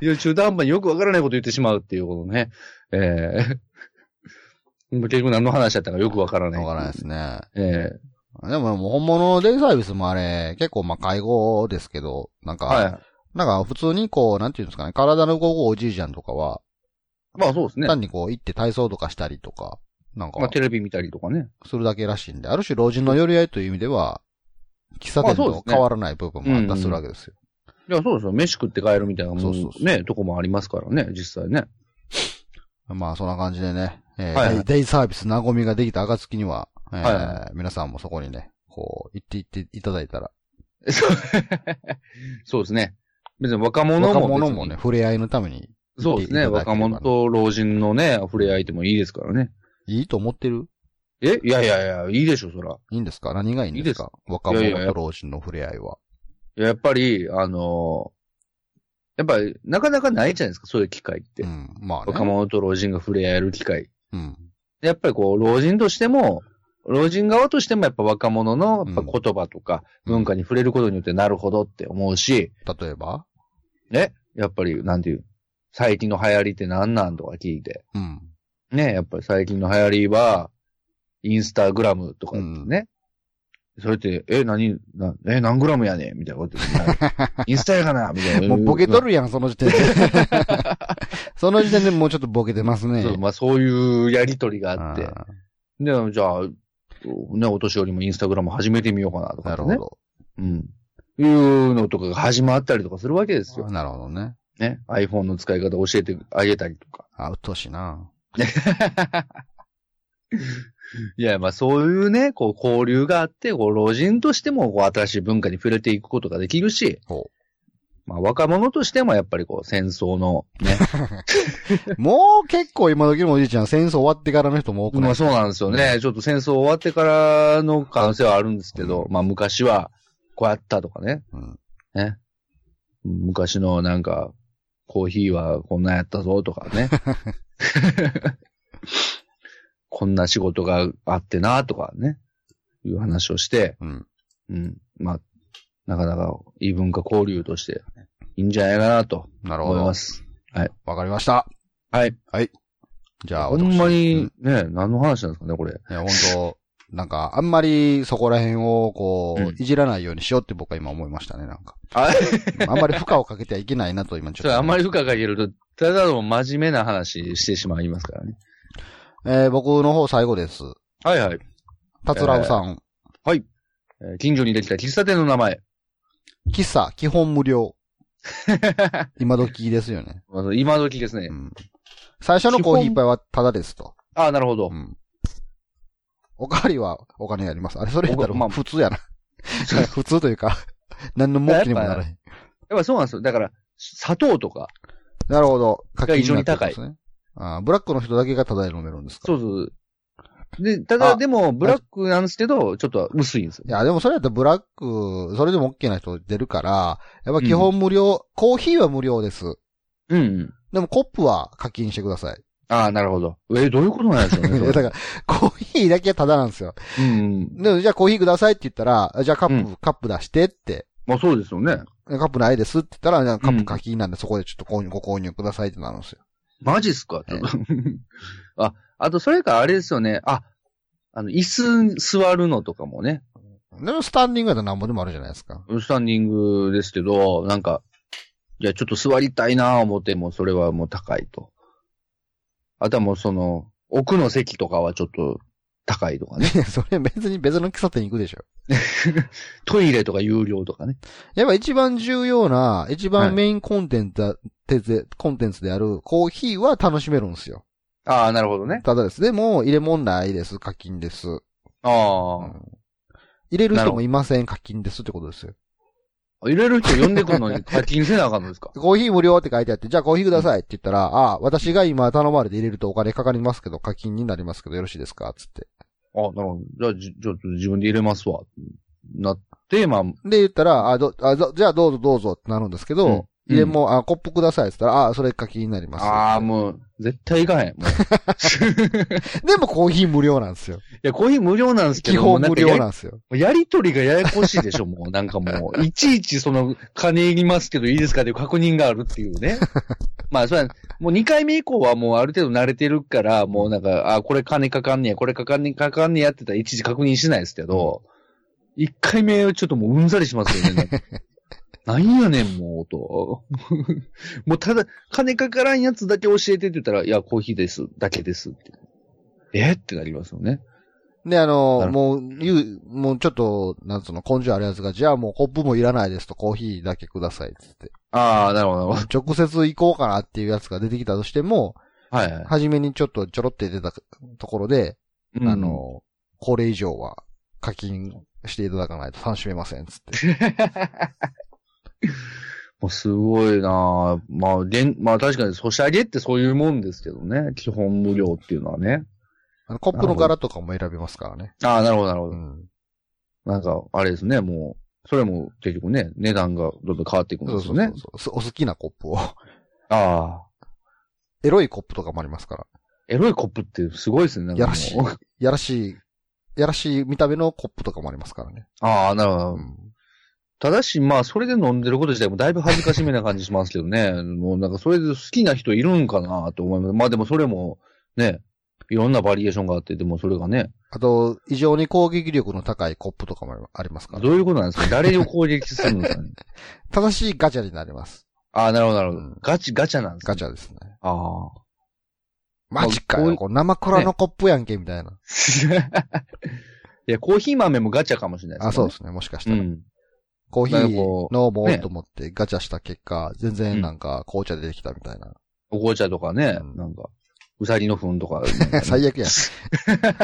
B: 非常に中途半端によくわからないこと言ってしまうっていうことね。ええ 結局何の話だったかよくわからない。
A: わからないですね。
B: ええ
A: でも、もう本物のデイサービスもあれ、結構まあ介護ですけど、なんか、
B: は
A: なんか普通にこう、なんていうんですかね、体の動くおじいちゃんとかは、
B: い。まあそうですね。
A: 単にこう行って体操とかしたりとか、なん
B: まあ
A: か、
B: テレビ見たりとかね。
A: するだけらしいんで、ある種老人の寄り合いという意味では、喫茶店
B: まあそうです
A: と
B: ね
A: 変わらない部分もあったりするわけですよ。
B: いや、そうですよ。飯食って帰るみたいなもん
A: そうそうそう
B: ね、とこもありますからね、実際ね。
A: まあそんな感じでね、えー
B: はいはい
A: デイデイサービスなごみができた暁には、えー
B: はいは
A: 皆さんもそこにね、こう、行って行っていただいたら、
B: そうですね。別に若者も別
A: 若
B: に。
A: 者もね、触れ合いのために
B: そうです
A: い
B: ね。
A: ただければ
B: 若者と老人のね、触れ合いでもいいですからね。
A: いいと思ってる
B: えいやいやいや、いいでしょ、そら。
A: いいんですか何がいいんですか若
B: いやい
A: 者
B: や
A: と老人の触れ合いは。
B: いややっぱり、あのーやっぱり、なかなかないじゃないですか、そういう機会って。
A: うん。まあね。
B: 若者と老人が触れ合える機会。
A: うん。
B: でやっぱりこう、老人としても、老人側としてもやっぱ若者のやっぱ
A: うん
B: 言葉とか文化に触れることによってなるほどって思うし、
A: 例えば
B: ね、やっぱり、なんていう、最近の流行りって何なんとか聞いて、
A: うん。
B: ね、やっぱり最近の流行りは、インスタグラムとかってね。それって、え、何、なえ、何グラムやねんみたい なこと言ってインスタやかなみたいな。
A: もうボケとるやん、その時点で。 その時点でもうちょっとボケてますね。
B: そうまあそういうやりとりがあって。
A: あ
B: で、じゃあ、ね、お年寄りもインスタグラム始めてみようかな
A: ー
B: とか、
A: な
B: ね。
A: るほど。
B: うん。いうのとかが始まったりとかするわけですよ。
A: なるほどね。
B: ね。iPhone の使い方教えてあげたりとか。
A: あ、うっとうしいな。
B: いや、まあそういうね、こう交流があって、こう老人としてもこう新しい文化に触れていくことができるし
A: ほ、
B: まあ若者としてもやっぱりこう戦争のね、
A: もう結構今時のおじいちゃん、戦争終わってからの人も多くな
B: ま
A: い
B: あそうなんですよね。ちょっと戦争終わってからの可能性はあるんですけど、まあ昔はこうやったとかね、
A: うん
B: ね。昔のなんか、コーヒーはこんなんやったぞとか ね。こんな仕事があってなとかね。いう話をして、
A: うん。
B: うん。まあ、なかなか異文化交流としていいんじゃないかなと
A: なるほ
B: 思い
A: ど
B: ま。す。
A: わかりました。
B: はい。
A: じゃあ、
B: ほんま
A: うん
B: にね、何の話なんですかね、これ。
A: いや、本当なんか、あんまりそこら辺を、こう、
B: うん
A: いじらないようにしようって僕は今思いましたね、なんか。
B: あ
A: うんあんまり負荷をかけてはいけないなと、今ちょ
B: ち
A: っと。
B: ょっとあんまり負荷かけると、ただの真面目な話してしまいますからね。
A: えー僕の方最後です。
B: はいはい。
A: 達郎さん。
B: えーはい。えー近所にできた喫茶店の名前。
A: 喫茶、基本無料。今時ですよね。
B: まあ今時ですね
A: う。ん。最初のコーヒー一杯はタダですと。
B: ああ、なるほど
A: う。ん。おかわりはお金やります。あれ、それやった
B: おま
A: ら
B: あ
A: 普通やな。 普通というか、何の目的にもならへん。
B: やっぱそうなんですよ。だから、砂糖とか。
A: なるほど。課
B: が異常に
A: なってるんですね。あーブラックの人だけがタダで飲めるんですか
B: そうそうそう。で、ただ
A: あ
B: でも、ブラックなんですけど、ちょっと薄いんですよ
A: い。や、でもそれやったらブラック、それでも OK な人出るから、やっぱ基本無料、コーヒーは無料です。
B: うんうん。
A: でもコップは課金してください。
B: ああ、なるほど。え、どういうことなんですか ね。
A: いや だから、コーヒーだけはタダなんですよ。
B: うんうん。
A: でもじゃあコーヒーくださいって言ったら、じゃあカップ、カップ出してって、
B: まあそうですよね。
A: カップないですって言ったら、じゃあカッ
B: う
A: プ
B: ん
A: 課金なんでそこでちょっと購入、ご購入くださいってなるんですよ。
B: マジっすか、
A: ええ
B: あ、あとそれかあれですよね。あ、あの、椅子座るのとかもね。
A: でもスタンディングやったらなんぼでもあるじゃないですか。
B: スタンディングですけど、なんか、いや、ちょっと座りたいなぁ思っても、それはもう高いと。あとはもうその、奥の席とかはちょっと高いとかね。
A: いやそれ別に別の喫茶店に行くでしょ。
B: トイレとか有料とかね。
A: やっぱ一番重要な、一
B: はい
A: 番メインコンテンツだ、てぜコンテンツであるコーヒーは楽しめるんですよ。
B: ああ、なるほどね。
A: ただです。でも、入れ物ないです。課金です。
B: あ
A: 入れる
B: なる
A: 人
B: ほ
A: もいません。課金ですってことですよ。
B: あ。入れる人呼んでくるの に課金せなあかんのですか
A: コーヒー無料って書いてあって、じゃあコーヒーくださいって言ったら、ああ、私が今頼まれて入れるとお金かかりますけど、課金になりますけどよろしいですかつって。
B: ああ、なるほど。じゃあ、じちょっと自分で入れますわ。なって、まあ、
A: で、言ったら、あどあどじゃあどうぞどうぞってなるんですけど、
B: うん
A: 入れ物、あ、コップくださいって言ったら、ああ、それ課金になります。
B: ああ、もう、絶対行かへん。もう
A: でもコーヒー無料なんですよ。
B: いや、コーヒー無料なんですけど、
A: 基本無料
B: も
A: なんですよ。
B: うやりやりとりがややこしいでしょ、もう。 なんかもう、いちいちその、金いりますけどいいですかっていう確認があるっていう ね。まあ、それは、もう2回目以降はもうある程度慣れてるから、もうなんか、あ、これ金かかんねや、これかかんねや、かかんねやってたらいちいち確認しないですけど、1回目はちょっともううんざりします よね。なんかなんやねん、もう、と。 もうただ、金かからんやつだけ教えてって言ったら、いや、コーヒーです、だけですって。えってなりますよね。
A: で、あの
B: な、る
A: もう、言う、もうちょっと、なんつうの、根性あるやつが、じゃあもうコップもいらないですと、コーヒーだけくださいっつって。
B: ああ、なるほど、なるほど。
A: 直接行こうかなっていうやつが出てきたとしても、
B: はいはい。
A: 初めにちょっとちょろって出たところで、
B: うん
A: あ、の、これ以上は課金していただかないと楽しめませんっつ って。
B: もうすごいなぁまあ、でん、まあ確かに、ソシャゲってそういうもんですけどね。基本無料っていうのはね。
A: あのコップの柄とかも選べますからね。
B: ああ、なるほど、なるほ
A: う
B: ど。
A: ん。
B: なんか、あれですね、もう、それも結局ね、値段がどんどん変わっていくん
A: そ
B: で
A: う
B: す
A: そ
B: よ
A: うそ
B: ね
A: う。そうすお好きなコップを。
B: ああ。
A: エロいコップとかもありますから。
B: エロいコップってすごいですね。なんかもう
A: やらしいやらしい、やらしい見た目のコップとかもありますからね。
B: ああ、なるほど
A: う。ん
B: ただし、まあ、それで飲んでること自体もだいぶ恥ずかしめな感じしますけどね。もうなんか、それで好きな人いるんかなと思います。まあでもそれも、ね、いろんなバリエーションがあって、でもそれがね、
A: あと、異常に攻撃力の高いコップとかもありますから。
B: どういうことなんですか誰を攻撃するんですかね
A: 正しいガチャになります。
B: ああ、なるほど、なるほ
A: う
B: ど
A: ん。
B: ガチ、ガチャなんです
A: ガ
B: か
A: チャですね。
B: ああ。
A: マジか
B: こ
A: よ。
B: う
A: これ生クラのコップやんけ、みたいな。
B: いや、コーヒー豆もガチャかもしれないです、ね。
A: あ、そうですね。もしかし
B: う
A: たら。
B: ん。
A: コーヒ
B: なん
A: ー
B: かこう
A: 飲もう
B: ね
A: と思ってガチャした結果、全然なんか紅茶出てきたみたいな。
B: お紅茶とかね、
A: うん
B: なんか、うさぎの糞とか、なんかね
A: 最 悪やん。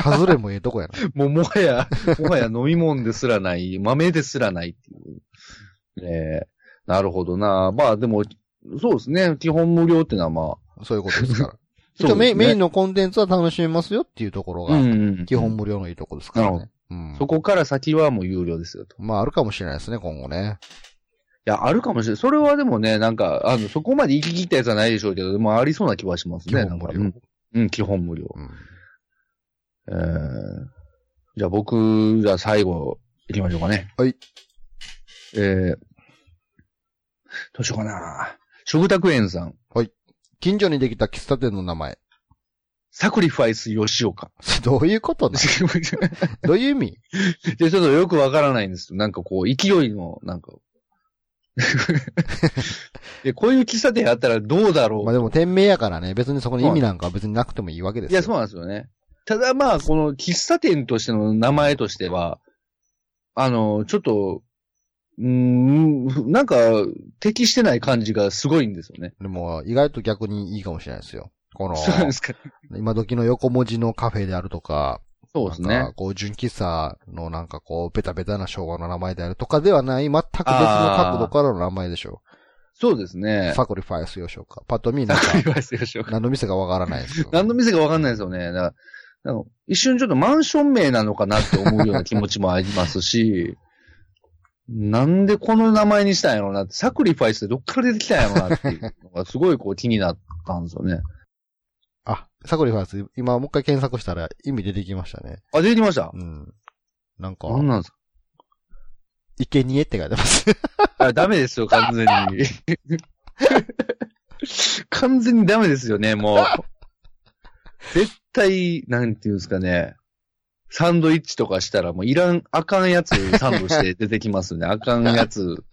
A: 外れもええとこやな。
B: もうもはや、もはや飲み物ですらない、豆ですらないっていう。ねえなるほどな。まあでも、そうですね。基本無料ってのはまあ。
A: そういうことですから。
B: そうですね
A: 一応メインメインのコンテンツは楽しめますよっていうところ
B: う
A: が、
B: んうん。
A: 基本無料のいいとこですから
B: な
A: ね。うん。
B: そこから先はもう有料ですよと。
A: まあ、あるかもしれないですね、今後ね。
B: いや、あるかもしれない。それはでもね、なんか、あの、そこまで行き切ったやつはないでしょうけど、でもありそうな気はします
A: 基
B: ね。
A: 本無料。
B: なんかうん、うん、基本無料。
A: うん
B: えー、じゃあ僕、じゃあ最後、行きましょうかね。
A: はい。
B: えー、どうしようかな。食卓園さん、
A: 近所にできた喫茶店の名前。
B: サクリファイス吉岡。
A: どういうことな
B: で、ちょっ
A: どういう意味
B: とよくわからないんですけど、なんかこう、勢いの、な んか。でこういう喫茶店あったらどうだろう。
A: まあでも店名やからね、別にそこに意味なんかは別になくてもいいわけです
B: い
A: よ。
B: や、そうなんですよね。ただまあ、この喫茶店としての名前としては、あの、ちょっと、うーん、なんか、適してない感じがすごいんですよね。
A: でも、意外と逆にいいかもしれないですよ。この、
B: そうですか。
A: 今時の横文字のカフェであるとか、
B: そうです
A: なん
B: ね
A: か。こう、純喫茶のなんかこう、ベタベタな昭和の名前であるとかではない、全く別の角度からの名前でしょ
B: そうですね。
A: サクリファイスよしょうか。パッと見、なんか
B: サ、クリファイスでしょうか。
A: 何の店かわからないですよ。
B: 何の店かわかんないですよね。だからなんか一瞬ちょっとマンション名なのかなって思うような気持ちもありますし、なんでこの名前にしたんやろうなって、サクリファイスってどっから出てきたんやろうなっていうのがすごいこう気になったんですよね。
A: あ、サクリファイス、今もう一回検索したら意味出てきましたね。
B: あ、出てきました。
A: うん。なんか、
B: 何なんですか
A: いけにえって書いてます。
B: あダメですよ、完全に。 完全にダメですよね、もう。絶対、なんていうんですかね。サンドイッチとかしたらもういらん、あかんやつサンドして出てきます ね。あかんやつ。
A: うん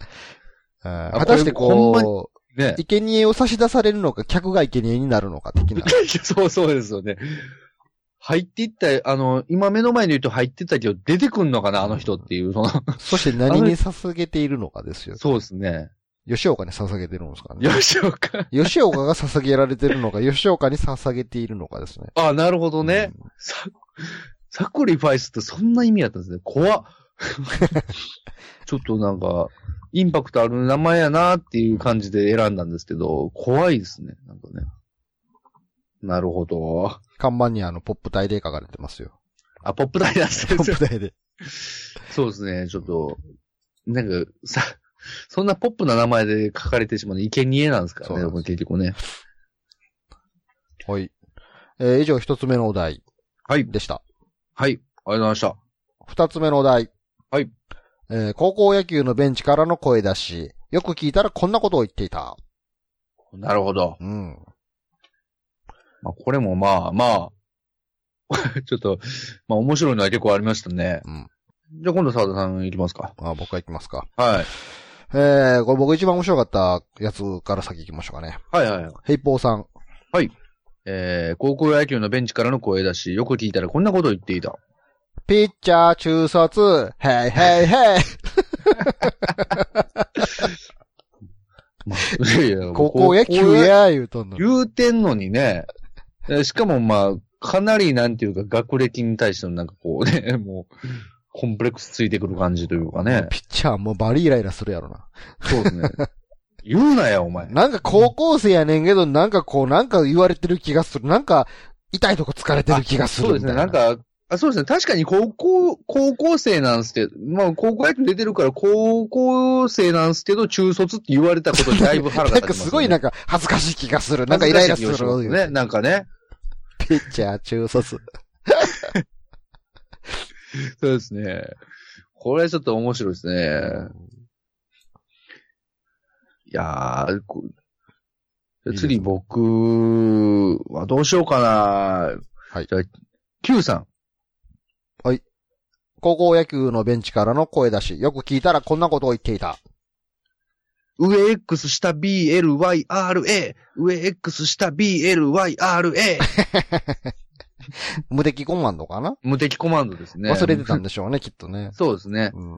A: 果たして
B: これほ
A: こ
B: ね
A: う、。いけにえを差し出されるのか、客がいけにえになるのか、的な。
B: そうそうですよね。入っていった、あの、今目の前に言うと入ってったけど、出てくんのかな、あの人っていう、その、
A: そして何に捧げているのかですよ。
B: そうですね。
A: 吉岡に捧げてるんですからね。
B: 吉岡。
A: 吉岡が捧げられてる のか、吉岡に捧げているのかですね。
B: あ、なるほどね。ササクリファイスってそんな意味だったんですね。怖っ。 ちょっとなんか、インパクトある名前やなっていう感じで選んだんですけど、怖いですね。なんかね。なるほど。
A: 看板にあの、ポップ台で書かれてます よ。
B: あ、ポップダイナス
A: ポ
B: です
A: ップ台で。
B: そうですね、ちょっと、なんか、さ、そんなポップな名前で書かれてしまうの、生贄なんですから
A: そう
B: ね、
A: なん
B: で
A: です
B: も結局ね。
A: はい。えー以上一つ目のお題
B: はい、
A: でした。
B: はい、ありがとうござい
A: 二つ目のお題。
B: はい。
A: えー高校野球のベンチからの声出し、よく聞いたらこんなことを言っていた。
B: ました。なるほど。
A: うん。
B: まあ、これもまあ まあ、ちょっと、まあ面白いのは結構ありましたね。
A: うん
B: じゃあ今度澤田さん行きますか。
A: あ僕が行きますか。
B: はい。
A: えー、これ僕一番面白かったやつから先行きましょうかね。
B: はいはいはい。
A: ヘイポーさん。
B: えー、高校野球のベンチからの声だし、よく聞いたらこんなことを言っていた。
A: ピッチャー中卒、ヘイヘイヘ イ。
B: まあ、 いやいや
A: 高校野球や、言うとんの。
B: 言うてんのにね。えしかもまあ、かなりなんていうか学歴に対してのなんかこうね、 もう、コンプレックスついてくる感じというかね。
A: ピッチャーもバリイライラするやろな。
B: そうですね。言うなよ、お前。
A: なんか高校生やねんけど、なんかこう、なんか言われてる気がする。なんか、痛いとこ疲れてる気がする
B: そうですね。なん、か、あそうですね。確かに高校、高校生なんですけど、まあ高校野球出てるから高校生なんですけど、中卒って言われたことにだいぶ腹
A: み
B: が
A: たいななん
B: 立
A: か
B: ちます、
A: すごいなんか恥ずかしい気がする。なんかイライラする。
B: 恥ずかしい気がしますね。なんかね。
A: ピッチャー中卒。
B: そうですね。これちょっと面白いですね。いやー、こ
A: いいですね
B: 次僕はどうしようかな。
A: はい
B: じゃあ、Q さん。
A: 高校野球のベンチからの声出し、よく聞いたらこんなことを言っていた。
B: 上 X 下 BLYRA。上 X 下 BLYRA。
A: 無敵コマンドかな、
B: 無敵コマンドですね。
A: 忘れてたんでし ょうね、きっとね。
B: そうですね。
A: うん、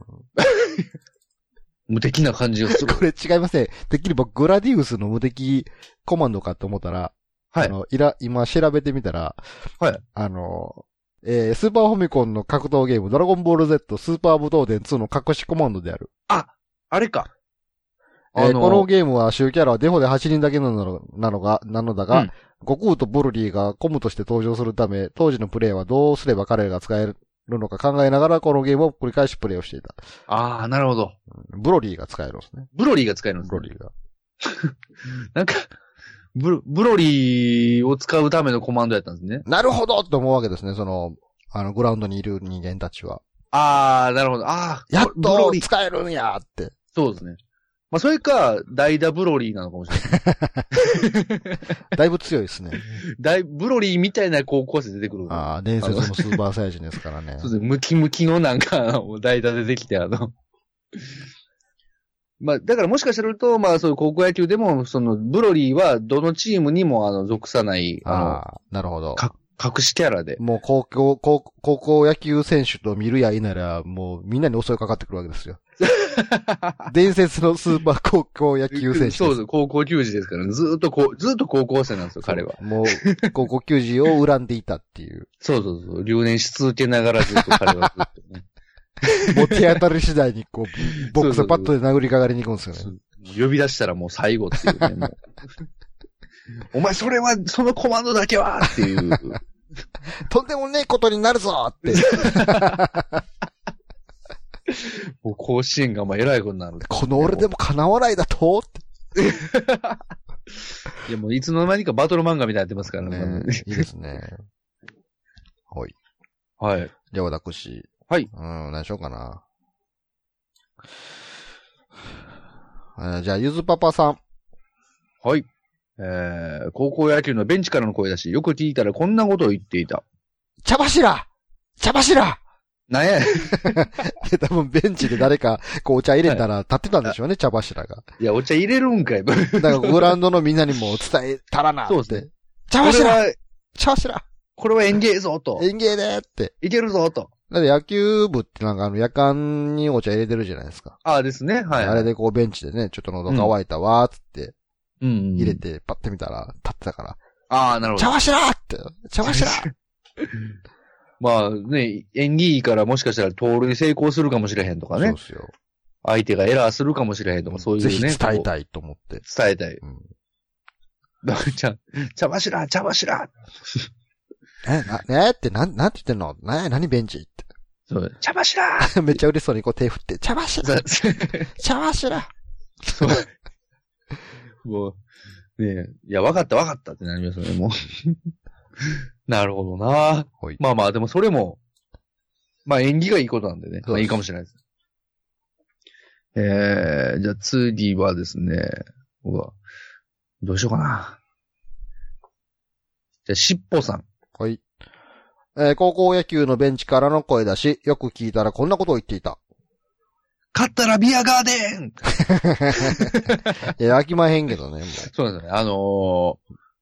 B: 無敵な感じがする。
A: これ違いません。てっきり僕、グラディウスの無敵コマンドかと思ったら、
B: はい
A: あの、いら、今調べてみたら、
B: はい
A: あの、えー、スーパーファミコンの格闘ゲーム、ドラゴンボール Z スーパー武闘伝2の隠しコマンドである。
B: あれか。
A: えーこのゲームは主キャラはデフォで8人だけなのなのが、なのだが、
B: うん
A: 悟空とボルリーがコムとして登場するため、当時のプレイはどうすれば彼らが使えるのか考えながら、このゲームを繰り返しプレイをしていた。
B: ああ、なるほど。
A: ブロリーが使えるんですね。
B: ブロリーが使えるんです
A: ブロ
B: ね
A: リーが。
B: なんか、ブロ、ブロリーを使うためのコマンドやったんですね。
A: なるほどと思うわけですね、その、あの、グラウンドにいる人間たちは。
B: あー、なるほど。あー、
A: やっ
B: ブロ
A: と
B: リー。
A: 使えるんやって。
B: そうですね。まあ、それか、代打ブロリーなのかもしれない。
A: だいぶ強いですね。
B: 代、ブロリーみたいな高校生出てくる。
A: ああ、伝説のスーパーサイヤ人ですからね
B: そ。うですね。ムキムキのなんか、あ の代打出てきて、あの。まあ、だからもしかすると、まあ、そういう高校野球でも、その、ブロリーはどのチームにも、あの、属さない、あの、
A: ああ、なるほど。
B: か隠しキャラで。
A: もう高校、高校高校野球選手と見るやいなら、もうみんなに襲いかかってくるわけです よ。伝説のスーパー高校野球選手です。
B: そうそう、高校球児ですから、ずーっとこう、ずーっと高校生なんですよ、彼は。
A: もう、高校球児を恨んでいたって いう。
B: そうそうそう、留年し続けながらずっと彼はずっとね。
A: もう手当たり次第にこう、ボックスパッドで殴りかかりに行くんですよね。
B: 呼び出したらもう最後っていうね。もう お前それは、そのコマンドだけはっ ていう。
A: とんでもねえことになるぞって。
B: もう甲子園がまあ偉いことになる。
A: この俺でも叶わないだとって
B: いやもういつの間にかバトル漫画みたいになってますから
A: ね
B: ね。。
A: いいですね。はい。
B: はい。
A: じゃあ私。
B: はい
A: うん、何しようかな。えーじゃあ、ゆずパパさん。
B: はい。えー、高校野球のベンチからの声だし、よく聞いたらこんなことを言っていた。
A: 茶柱茶柱
B: なん や。
A: で、 多分ベンチで誰か、こう、お茶入れたら立ってたんでしょうね、茶柱が。
B: いや、お茶入れるんかい。
A: だから、グラウンドのみんなにも伝えたらなって。
B: そうです
A: 茶
B: これ
A: 柱
B: は、
A: 茶柱
B: これは園芸ぞと。
A: 園芸でって。
B: いけるぞと。
A: だって野球部ってなんかあの夜間にお茶入れてるじゃないですか。
B: ああですね。はい。
A: あれでこうベンチでね、ちょっと喉乾いたわーっつって
B: うんうん。
A: 入れてパッて見たら立ってたから、
B: ああ、なるほ
A: 茶
B: ど。
A: 柱って、茶柱
B: まあね、演技いいからもしかしたら盗塁成功するかもしれへんとか
A: そう
B: ね
A: っ。すよ。
B: 相手がエラーするかもしれへんとか、そういう
A: ぜ
B: ね。
A: ひ伝え
B: こ
A: たいと思って。
B: う伝えたい。
A: うん
B: だから ちゃ、茶柱、茶柱
A: え、な、ねって、なん、なんて言ってんのな、何ベンチっ
B: そう茶柱
A: て。 めっちゃ嬉しそうにこう手振って、茶
B: そ
A: 柱
B: う
A: 茶柱
B: もう、ねえ、いや、わかったわかったってなりますよね、も う。なるほどな
A: はい
B: まあまあ、でもそれも、まあ演技がいいことなんでね。
A: そうです
B: まあいいかもしれないです。えー、じゃあ次はですね、うわ、どうしようかな。じゃあ、しっぽさん。
A: はい。えー高校野球のベンチからの声だし、よく聞いたらこんなことを言っていた。
B: 勝ったらビアガーデン
A: いや、飽きまへんけどね、も
B: そうなんですよね。あのー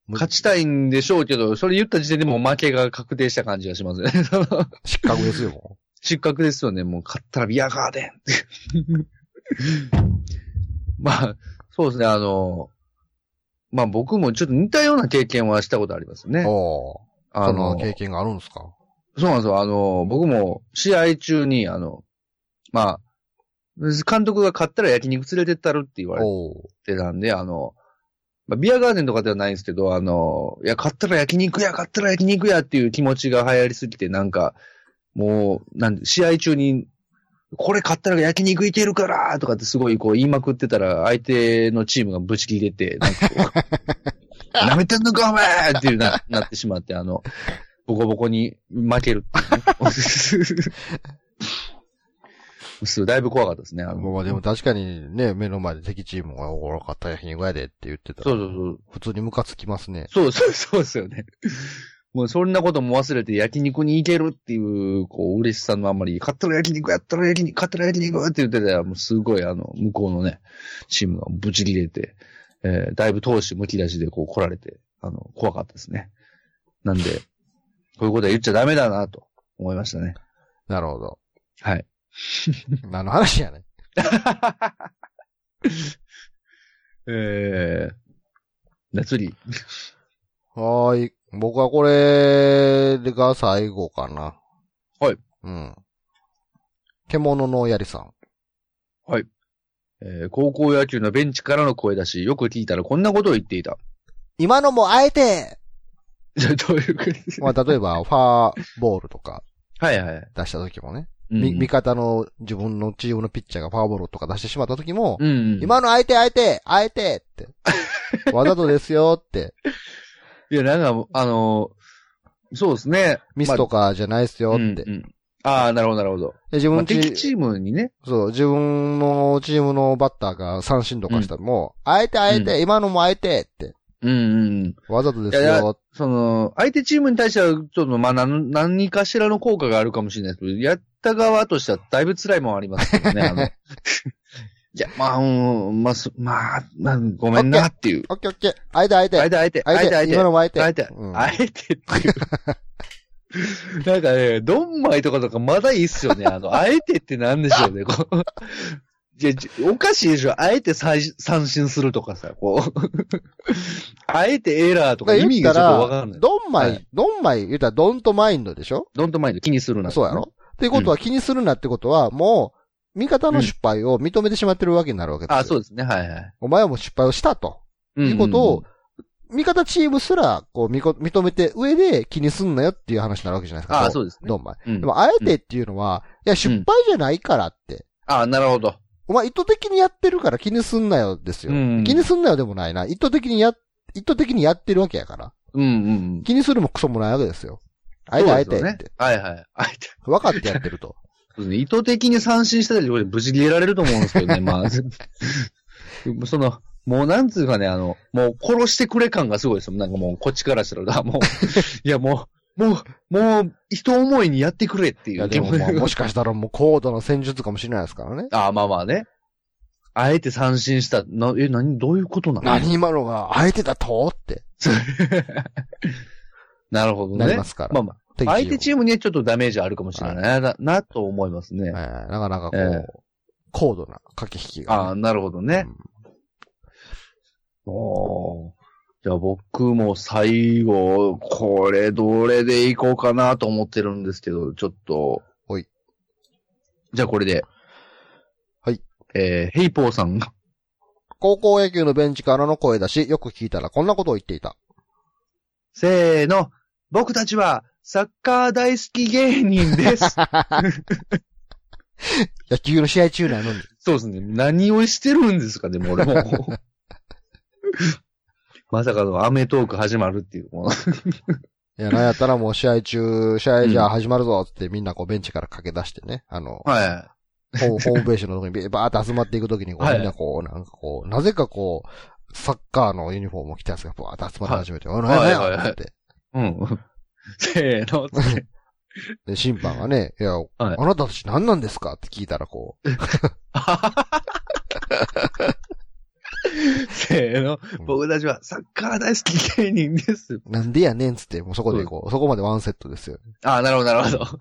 A: う。
B: 勝ちたいんでしょうけど、それ言った時点でもう負けが確定した感じがしますね。その
A: 失格ですよ、も
B: 失格ですよね。もう勝ったらビアガーデン。 まあ、そうですね。あの、まあ僕もちょっと似たような経験はしたことあります
A: う。
B: ね。
A: おー。
B: あ
A: そ
B: の
A: の、経験があるんですか
B: そうなんですよ。あの、僕も試合中に、あの、まあ、監督が勝ったら焼肉連れてったるって言われ
A: おー。
B: てたんで、あの、まあ、ビアガーデンとかではないんですけど、あの、いや、買ったら焼肉や、買ったら焼肉やっていう気持ちが流行りすぎて、なんか、もう、なんで試合中に、これ買ったら焼肉いけるからとかってすごいこう言いまくってたら、相手のチームがぶち切れて、なんかこう、舐めてんのかお前っていうな、なってしまって、あの、ボコボコに負けるっていうね そうだいぶ怖かったですね。あの
A: まあでも確かにね、目の前で敵チームがおろかった焼肉やでって言ってたら、
B: そうそうそう。
A: 普通にムカつきますね。
B: そうそうそうですよね。もうそんなことも忘れて焼肉に行けるっていう、こう、嬉しさのあんまり、買ったら焼肉やったら焼肉、買ったら焼肉って言ってたら、もうすごいあの、向こうのね、チームがブチ切れて、えー、だいぶ闘志むき出しでこう来られて、あの、怖かったですね。なんで、こういうことは言っちゃダメだなと思いましたね。
A: なるほど。
B: はい。
A: 何の話やねん。
B: えー、夏り。
A: はーい。僕はこれが最後かな。
B: はい。
A: うん。獣のやりさん。
B: えー、高校野球のベンチからの声だし、よく聞いたらこんなことを言っていた。
A: 今のもあえて
B: じゃあどういうことです
A: まあ例え ば、ファーボールとか
B: はいはい。
A: 出した時もね、
B: うん
A: み味方の自分のチームのピッチャーがファーボールとか出してしまった時も、
B: うんうん。
A: 今のあえてあえてあえて って。わざとですよって。
B: いや、なんか、あのーそうですね。
A: ミスとかじゃないっすよ
B: まあ
A: っ
B: う
A: て。
B: んうんああ、なるほど、なるほど。
A: で自
B: まあ
A: 分ち、
B: 敵チームにね。
A: そう、自分のチームのバッターが三振とかしたのも、あえてあえて、今のもあえてって、
B: うんうんうん。
A: わざとですよ。
B: いやいその、相手チームに対しては、ちょっと、まあ、なん何かしらの 効果があるかもしれないですけど、やった側としてはだいぶ辛いもんありますけどね。あのいや、まあ、うん、まあ、すまあ、まあ、ごめんなっていう。
A: オッケーオッケー。あえてあえて。
B: あえてあえて、あ
A: あ
B: えてあえ
A: えて。
B: て
A: 今、のもあえて。
B: あえて
A: う、ん
B: あえてっていう。 なんかね、ドンマイとかとかまだいいっすよね。あの、あえてってなんでしょうね。こうじゃじゃおかしいでしょ。あえて三振三振するとかさ、こう。 あえてエラーとか意味がちょっとわからない。
A: ドンマ
B: は
A: イ、ドンマイ言うたらドンとマインドでしょ
B: ドントマインド気にするな。
A: そうやろっていうことは気にするなってことは、もう、味方の失敗を認めてしまってるわけになるわけですよ。
B: あ、そうですね。はいはい。
A: お前はもう失敗をしたと。
B: うんうん
A: いうことを、味方チームすら、こう、みこ認めて上で気にすんなよっていう話になるわけじゃないですか。
B: あ
A: こ
B: そうですね。
A: ドンマイ。
B: うん
A: でも、あえてっていうのは、いや、失敗じゃないからって。
B: あなるほど。
A: お前意図的にやってるから気にすんなよですよ。
B: うん
A: 気にすんなよでもないな。意図的にや、意図的にやってるわけやから。
B: うんうん。
A: 気にするもクソもないわけですよ。あえてあえてっ
B: そうですよね
A: て。。
B: はいはい。あえて。
A: 分かってやってる と。
B: そうですね意図的に三振してたり、これ、無事切れられると思うんですけど ね、まあ。 その、もうなんつうかね、あの、もう殺してくれ感がすごいですよ。なんかもう、こっちからしたら、もう、いやもう、もう、もう、人思いにやってくれって
A: い
B: い
A: や、
B: う
A: で
B: 気
A: も
B: 持ち
A: もう、もしかしたらもう高度な戦術かもしれないですからね。
B: ああ、まあまあね。あえて三振した。な、え、何、どういうことなの
A: 何今のが、あえてだとって、
B: なるほどね。
A: なりますから。
B: まあまあ、
A: 敵
B: 相手チームにはちょっとダメージあるかもしれないな、ななと思いますね。
A: ええなかなかこう、
B: ええ
A: 高度な駆け引き
B: あ
A: が
B: あ、
A: ね、
B: なるほどね。おーじゃあ僕も最後、これどれでいこうかなと思ってるんですけど、ちょっと。
A: ほい。
B: じゃあこれで。
A: はい。
B: えー、ヘイポーさんが。
A: 高校野球のベンチからの声だし、よく聞いたらこんなことを言っていた。
B: せーの。僕たちはサッカー大好き芸 人です。
A: 野球の試合中なのに。
B: そうですね。何をしてるんですかね、もう 俺も。まさかのアメトーク始まるっていう。もう
A: いや、なんやったらもう試合中、試合じゃあ始まるぞってみんなこうベンチから駆け出してね、あの、
B: はい。
A: ホー ムホームベースのとこにビバーって集まっていくときにこう、
B: はい
A: みんなこう、なんかこう、なぜかこう、サッカーのユニフォームを着たやつがバーって集まって始めて、おい、なんや
B: はい
A: な
B: はい
A: ん
B: はい
A: やって。
B: うん。せーの、つって。
A: で、審判がね、いや、あなたたち何なんですかって聞いたらこう、
B: せーの、僕たちはサッカー大好き芸人です。
A: なんでやねんっつって、もうそこでこう、そこまでワンセットですよ。
B: ああ、なるほど、なるほど。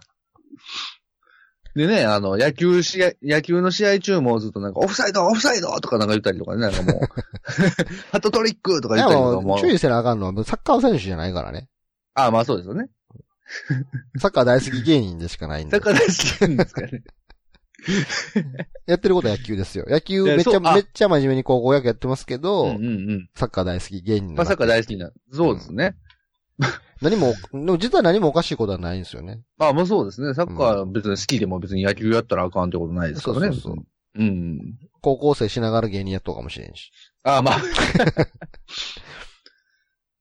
B: でね、あの、野球試合、野球の試合中もずっとなんか、オフサイド、オフサイドとかなんか言ったりとかね、なんか もう、ハットトリックとか
A: い
B: 言
A: や
B: ったりと
A: も
B: かも
A: う、。注意せなあかんのは、サッカー選手じゃないからね。
B: ああ、まあそうですよね。
A: サッカー大好き芸人でしかないん
B: サ
A: で
B: ッ。カー大好きなんですからね。
A: やってることは野球ですよ。野球
B: いや
A: めっち
B: そ
A: ゃ、
B: うあ
A: めっちゃ真面目に高校野球やってますけ
B: う
A: ど、
B: んうんうん。
A: サッカー大好き芸人
B: ま
A: な
B: あサッカー大好きな、そうですね。
A: 何も、でも実は何もおかしいことはないんですよね。
B: まあまあそうですね。サッカーは別に好きでも別に野球やったらあかんってことないですからね。。
A: そうそうそう
B: うん。
A: 高校生しながら芸人やっとうかもしれんし。
B: あ あ、まあ。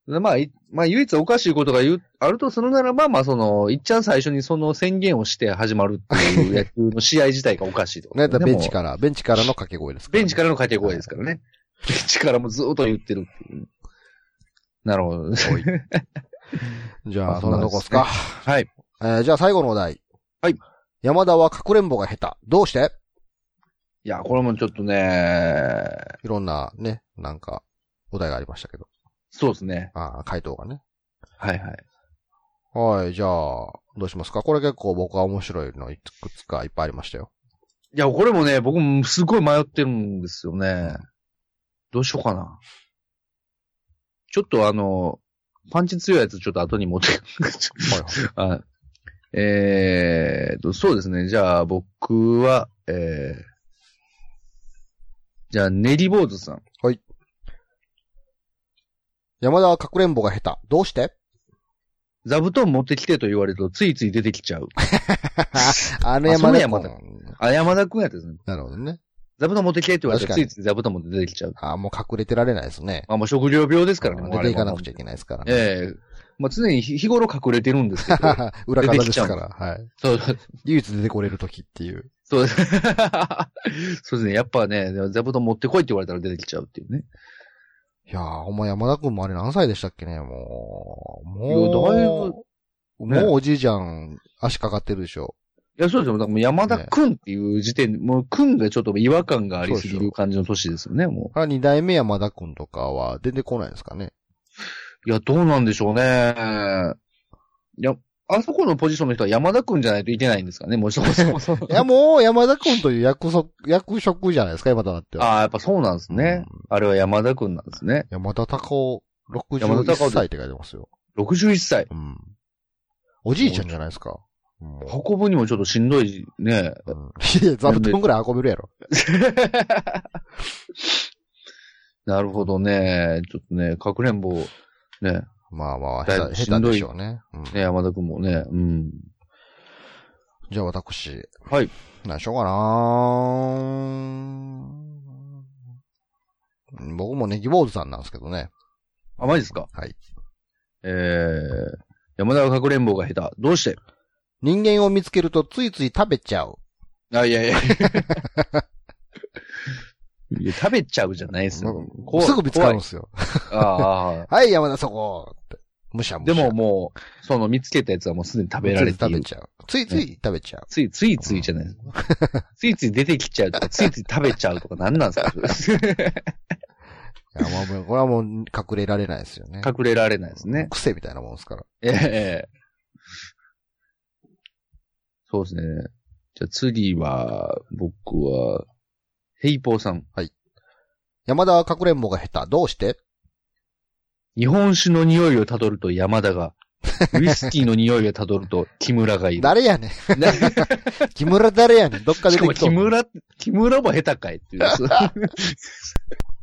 B: でまあ、いまあ、唯一おかしいことが言うあるとするならば、まあ、その、いっちゃん最初にその宣言をして始まるっていう野球の試合自体がおかしいってこと
A: なんやったら
B: ね
A: ベンチ
B: も
A: から、ベンチからの掛け声です
B: う
A: からね、
B: ベンチからの掛け声ですからね。ベンチからもずっと言ってるっていう。なるほど。
A: おいじゃ
B: あ
A: あ、そんなとこっすか。
B: はい。
A: えーじゃあ最後のお題。
B: はい。
A: 山田はかくれんぼが下手。どうして
B: いや、これもちょっとね、
A: いろんなね、なんか、お題がありましたけど。
B: そうですね。
A: ああ、回答がね。
B: はいはい。
A: はい、じゃあ、どうしますかこれ結構僕は面白いのいくつかいっぱいありましたよ。
B: いや、これもね、僕もすごい迷ってるんですよね。どうしようかな。ちょっとあの、パンチ強いやつちょっと後に持って
A: はいはい。
B: あえーっと、そうですね。じゃあ僕は、えー、じゃあ、ネリボーズさん。
A: 山田はかくれんぼが下手。どうして
B: 座布団持ってきてと言われると、ついつい出てきちゃう。
A: あの
B: あそ
A: 山
B: の
A: 田
B: 山田
A: 君
B: あ、山田くんやったですね。
A: なるほどね。
B: 座布団持ってきてって言われて、
A: 確
B: つ
A: かに
B: いつい座布団持って出てきちゃう。
A: ああ、もう隠れてられないですね。
B: あ、もう食料病ですからね。
A: 出ていかなくちゃい
B: い
A: けないですからね。
B: ええまあ、常に日日頃隠れてるんですけ ど。
A: 裏方ですか
B: 出てきち
A: ら、はい。
B: そう
A: 唯一出てこれる時っていう。
B: そうです。そうですね。やっぱね、座布団持ってこいって言われたら出てきちゃうっていうね。
A: いやー、ほんま山田くんもあれ何歳でしたっけね、もう。
B: いやだいぶ
A: もう、もうおじいちゃん、足かかってるでしょ。
B: や、そうですよ。だからもう山田くんっていう時点で、もうくんがちょっと違和感がありすぎ
A: そうでしょ
B: る感じの年ですよね、も
A: あ、二代目山田くんとかは出てこないですかね。
B: う。いや、どうなんでしょうね。いや、あそこのポジションの人は山田くんじゃないといけないんですかね、もうそもそもそも。
A: いや、もう山田くんという役職、役職じゃないですか、今となっては。
B: ああ、やっぱそうなんですね。
A: うん
B: あれは山田くんなんですね。
A: 山田隆夫、
B: 山田
A: 61
B: 隆夫
A: 歳って書いてますよ。
B: 61歳。
A: うん。おじいちゃんじゃないですか。もう
B: 運ぶにもちょっとしんどいね。
A: うんいや、座布団ぐらい運べるやろ。
B: なるほどね。ちょっとね、かくれんぼ、ね、
A: まあまあ、
B: だい
A: 下
B: ぶ
A: 手、
B: しん
A: 下手
B: どい
A: でしょうね。うん
B: ね、山田くんもね、うん。
A: じゃあ私。
B: はい。
A: 何しようかな僕もネギ坊主さんなんですけどね。
B: あ、マジですか
A: はい。
B: えー、山田はかくれんぼが下手。どうして
A: 人間を見つけるとついつい食べちゃう。
B: あ、いやいや。いや食べちゃうじゃないですよ。こう
A: すぐ見つかるんですよ。
B: 怖いああ。
A: はい、山田そこって。むしゃむし
B: で
A: ゃ。
B: ももう、その見つけたやつはもうすでに食べられてい
A: 食べ
B: る。
A: ちゃう。ついつい食べちゃう。
B: ついついついじゃないです。ついつい出てきちゃうとか、ついつい食べちゃうとか何なんで すか
A: いや、もうもう、これはもう隠れられないですよね。
B: 隠れられないですね。
A: 癖みたいなもんですから。
B: ええそうですね。じゃあ次は、僕は、ヘイポーさん。
A: 山田はかくれんぼが下手。どうして
B: 日本酒の匂いをたどると山田が、ウイスキーの匂いをたどると木村がいる。
A: 誰やねん。
B: な
A: 木村誰やねん。どっか
B: し
A: 出
B: か
A: て
B: も
A: きと
B: 木
A: んの。
B: 村、木村も下手かいっていうやつ。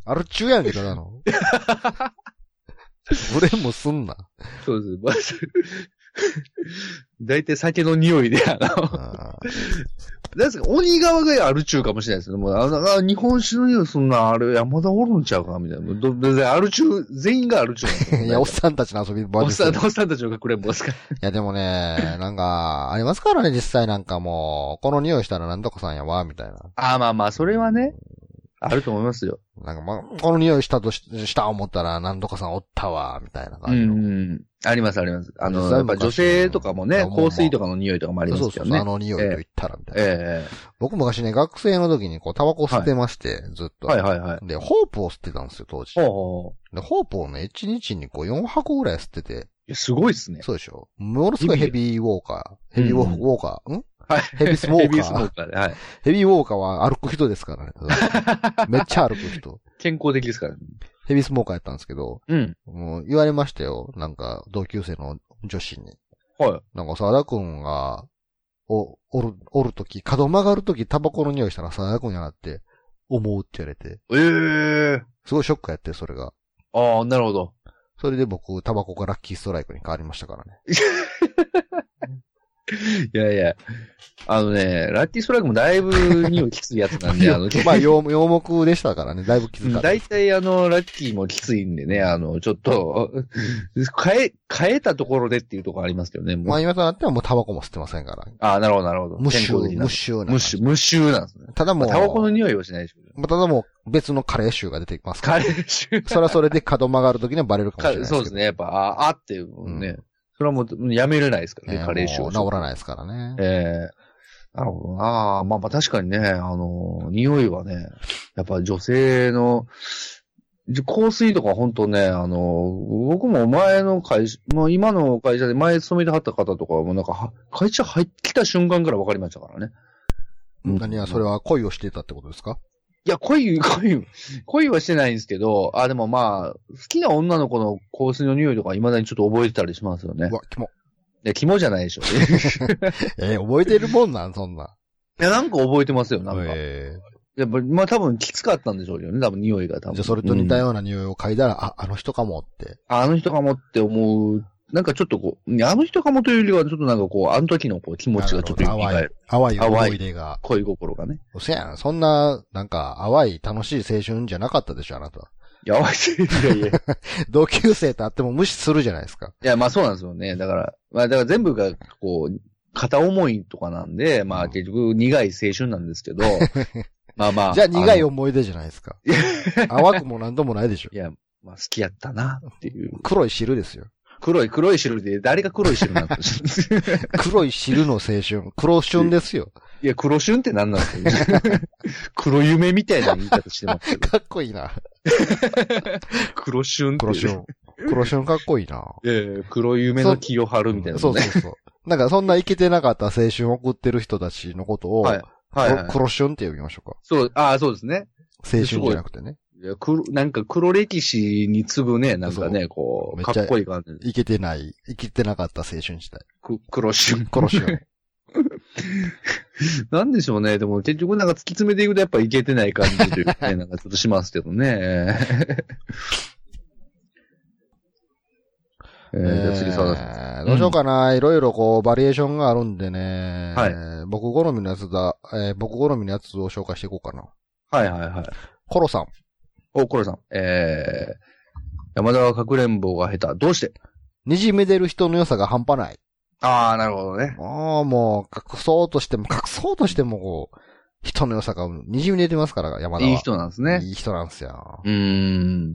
A: ある中やんけ、ただの。 俺もすんな。
B: そうです。 大体酒の匂いで、あの、
A: あー
B: なんですか、鬼側がある中かもしれないですけども、あの、あ日本酒の匂いそんな、あれ、山田おるんちゃうかみたいな。ど、別にある中、全員がある中なんですよ ね。
A: いや、おっさんたちの遊び場
B: おっ
A: です
B: さ
A: よ
B: ん、おっさんたちの隠れんぼですか
A: いや、でもね、なんか、ありますからね、実際なんかもう、この匂いしたらなんとかさんやわ、みたいな。
B: ああ、まあまあ、それはね、あると思いますよ。
A: なんかまあ、この匂いしたとし、した思ったらなんとかさんおったわ、みたいな
B: う
A: 感じの。
B: ん。あります、あります。あ
A: 実
B: の、
A: 際
B: やっぱ女性とかもね、
A: 昔の
B: 香水とかの匂いとかもありま
A: そう
B: す
A: そ
B: け
A: う
B: ど
A: そう、あ
B: ね。
A: の匂いと言ったら、みたいな。
B: え
A: 僕昔ね、学生の時にこう、タバコ吸ってまして、ずっ
B: え
A: と。
B: はいはいはい。
A: で、ホープを吸ってたんですよ、当時。
B: ほうほ
A: で、ホープをね、1日にこう、4箱ぐらい吸ってて、
B: う。いや、すごいっすね。
A: そうでしょものすごいヘビーウォーカー。ヘビーウォーウォーカー、ん
B: はい。
A: ヘビースモーカー
B: ヘビースモーカーで、はい。
A: ヘビーウォーカーは歩く人ですから ね。めっちゃ歩く人。
B: 健康的ですからね。
A: ヘビースモーカーやったんですけど、
B: うん。
A: もう言われましたよ。なんか、同級生の女子に。
B: はい。
A: なんか、沢田くんが、お、おる、おるとき、角曲がるとき、タバコの匂いしたら沢田くんやなって、思うって言われて。
B: ええ
A: すごいショックやって、それが。
B: ああ、なるほど。
A: それで僕、タバコがラッキーストライクに変わりましたからね。
B: いやいや。あのね、ラッキーストライクもだいぶ匂いきついやつ なんで、あの、
A: まあ、洋洋木でしたからね、だいぶ気づかれ
B: 大体あの、ラッキーもきついんでね、あの、ちょっと、変え、変えたところでっていうところありますけどね。も
A: ま
B: う
A: あ、今となってはもうタバコも吸ってませんから。
B: ああ、なるほど、なるほど。
A: 無臭、
B: 健康的な
A: 無臭な。
B: 無臭、無臭なんですね。
A: ただも
B: まあ
A: う、
B: タバコの匂いをしないでしょ。
A: まあただもう別のカレー臭が出てきますか
B: カ
A: ら。
B: レー臭。
A: それはそれで角曲がるときにはバレるかもしれない
B: カ
A: ですけ
B: そ
A: ど。
B: うですね。やっぱ、ああっていうもんね。
A: う
B: それはもう、やめれないですから
A: え
B: ね、
A: ー。
B: カレー臭
A: も
B: を。
A: う治らないですからね。
B: ええなるほどな。ああまあまあ確かにね、あの、匂いはね、やっぱ女性の、じ香水とか本当ね、あの、僕も前の会社、もう今の会社で前勤めてはった方とかはもうなんかは、会社入ってきた瞬間から分かりましたからね。うん
A: 何や、それは恋をしていたってことですか
B: いや、恋、恋、恋はしてないんですけど、あ、でもまあ、好きな女の子の香水の匂いとか未だにちょっと覚えてたりしますよね
A: う。わ、キモ。
B: いや、肝じゃない でしょ。
A: えー、覚えてるもんなん、そんな。
B: いや、なんか覚えてますよ、なんか。
A: え
B: やっぱ、まあ多分きつかったんでしょうけどね、多分匂いが
A: ー
B: 多分。
A: じゃあそれと似た
B: うん
A: ような匂いを嗅いだら、あ、あの人かもって。
B: あの人かもって思う、なんかちょっとこう、あの人かもというよりは、ちょっとなんかこう、あの時のこう気持ちがちょっと蘇
A: 淡い
B: る。、
A: 淡い思い出が。
B: 恋心がね。
A: せやん、そんな、なんか、淡い楽しい青春じゃなかったでしょ、あなた。
B: いや、淡い。いやいや。い
A: 同級生と会っても無視するじゃないですか。
B: や、まあそうなんですよね。だから、まあだから全部が、こう、片思いとかなんで、まあ結局苦い青春なんです けど、まあまあ。
A: じゃあ苦い
B: の。
A: 思い出じゃないですか。 淡くもなんともないでしょ
B: い。や、まあ好きやったな、っていう。
A: 黒い汁ですよ。
B: 黒い、黒い汁で、誰が黒い汁なんですか
A: 黒い汁の青春。黒春です よ。
B: いや、黒旬って何なんですか黒夢みたいな言い方してますけど。
A: かっこいいな。
B: 黒旬って。
A: 黒春。黒春かっこいいな。
B: ええ黒夢の清春みたいな、ね。
A: そうそうそう。なんかそんなイケてなかった青春を送ってる人たちのことを、
B: はいはい、はい
A: 黒。黒春って呼びましょうか。
B: そう、ああ、そうですね。
A: 青春じゃなくてね。
B: いや、黒、なんか黒歴史に次ぐね、なんかね、こう、
A: めっ
B: か
A: ちゃ
B: っこいい感じ。
A: イケてない、生きてなかった青春時代。
B: く黒旬。
A: 黒春。
B: なんでしょうね。でも結局なんか突き詰めていくとやっぱいけてない感じというかね、なんかちょっとしますけ どね。えー、じゃあ次沢田さん。
A: えーどうしようかな。いろいろこう、バリエーションがあるんでね。
B: はい
A: えー僕好みのやつだ、えー僕好みのやつを紹介していこうかな。
B: はいはいはい。
A: コロさん。
B: お、コロさん。えー、山田はかくれんぼが下手。どうして
A: にじみ出る人の良さが半端ない。
B: ああ、なるほどね。
A: もう、もう、隠そうとしても、隠そうとしても、こう、人の良さが、にじみ出てますから、山田は。
B: いい人なんですね。
A: いい人なんですよ。
B: うーん。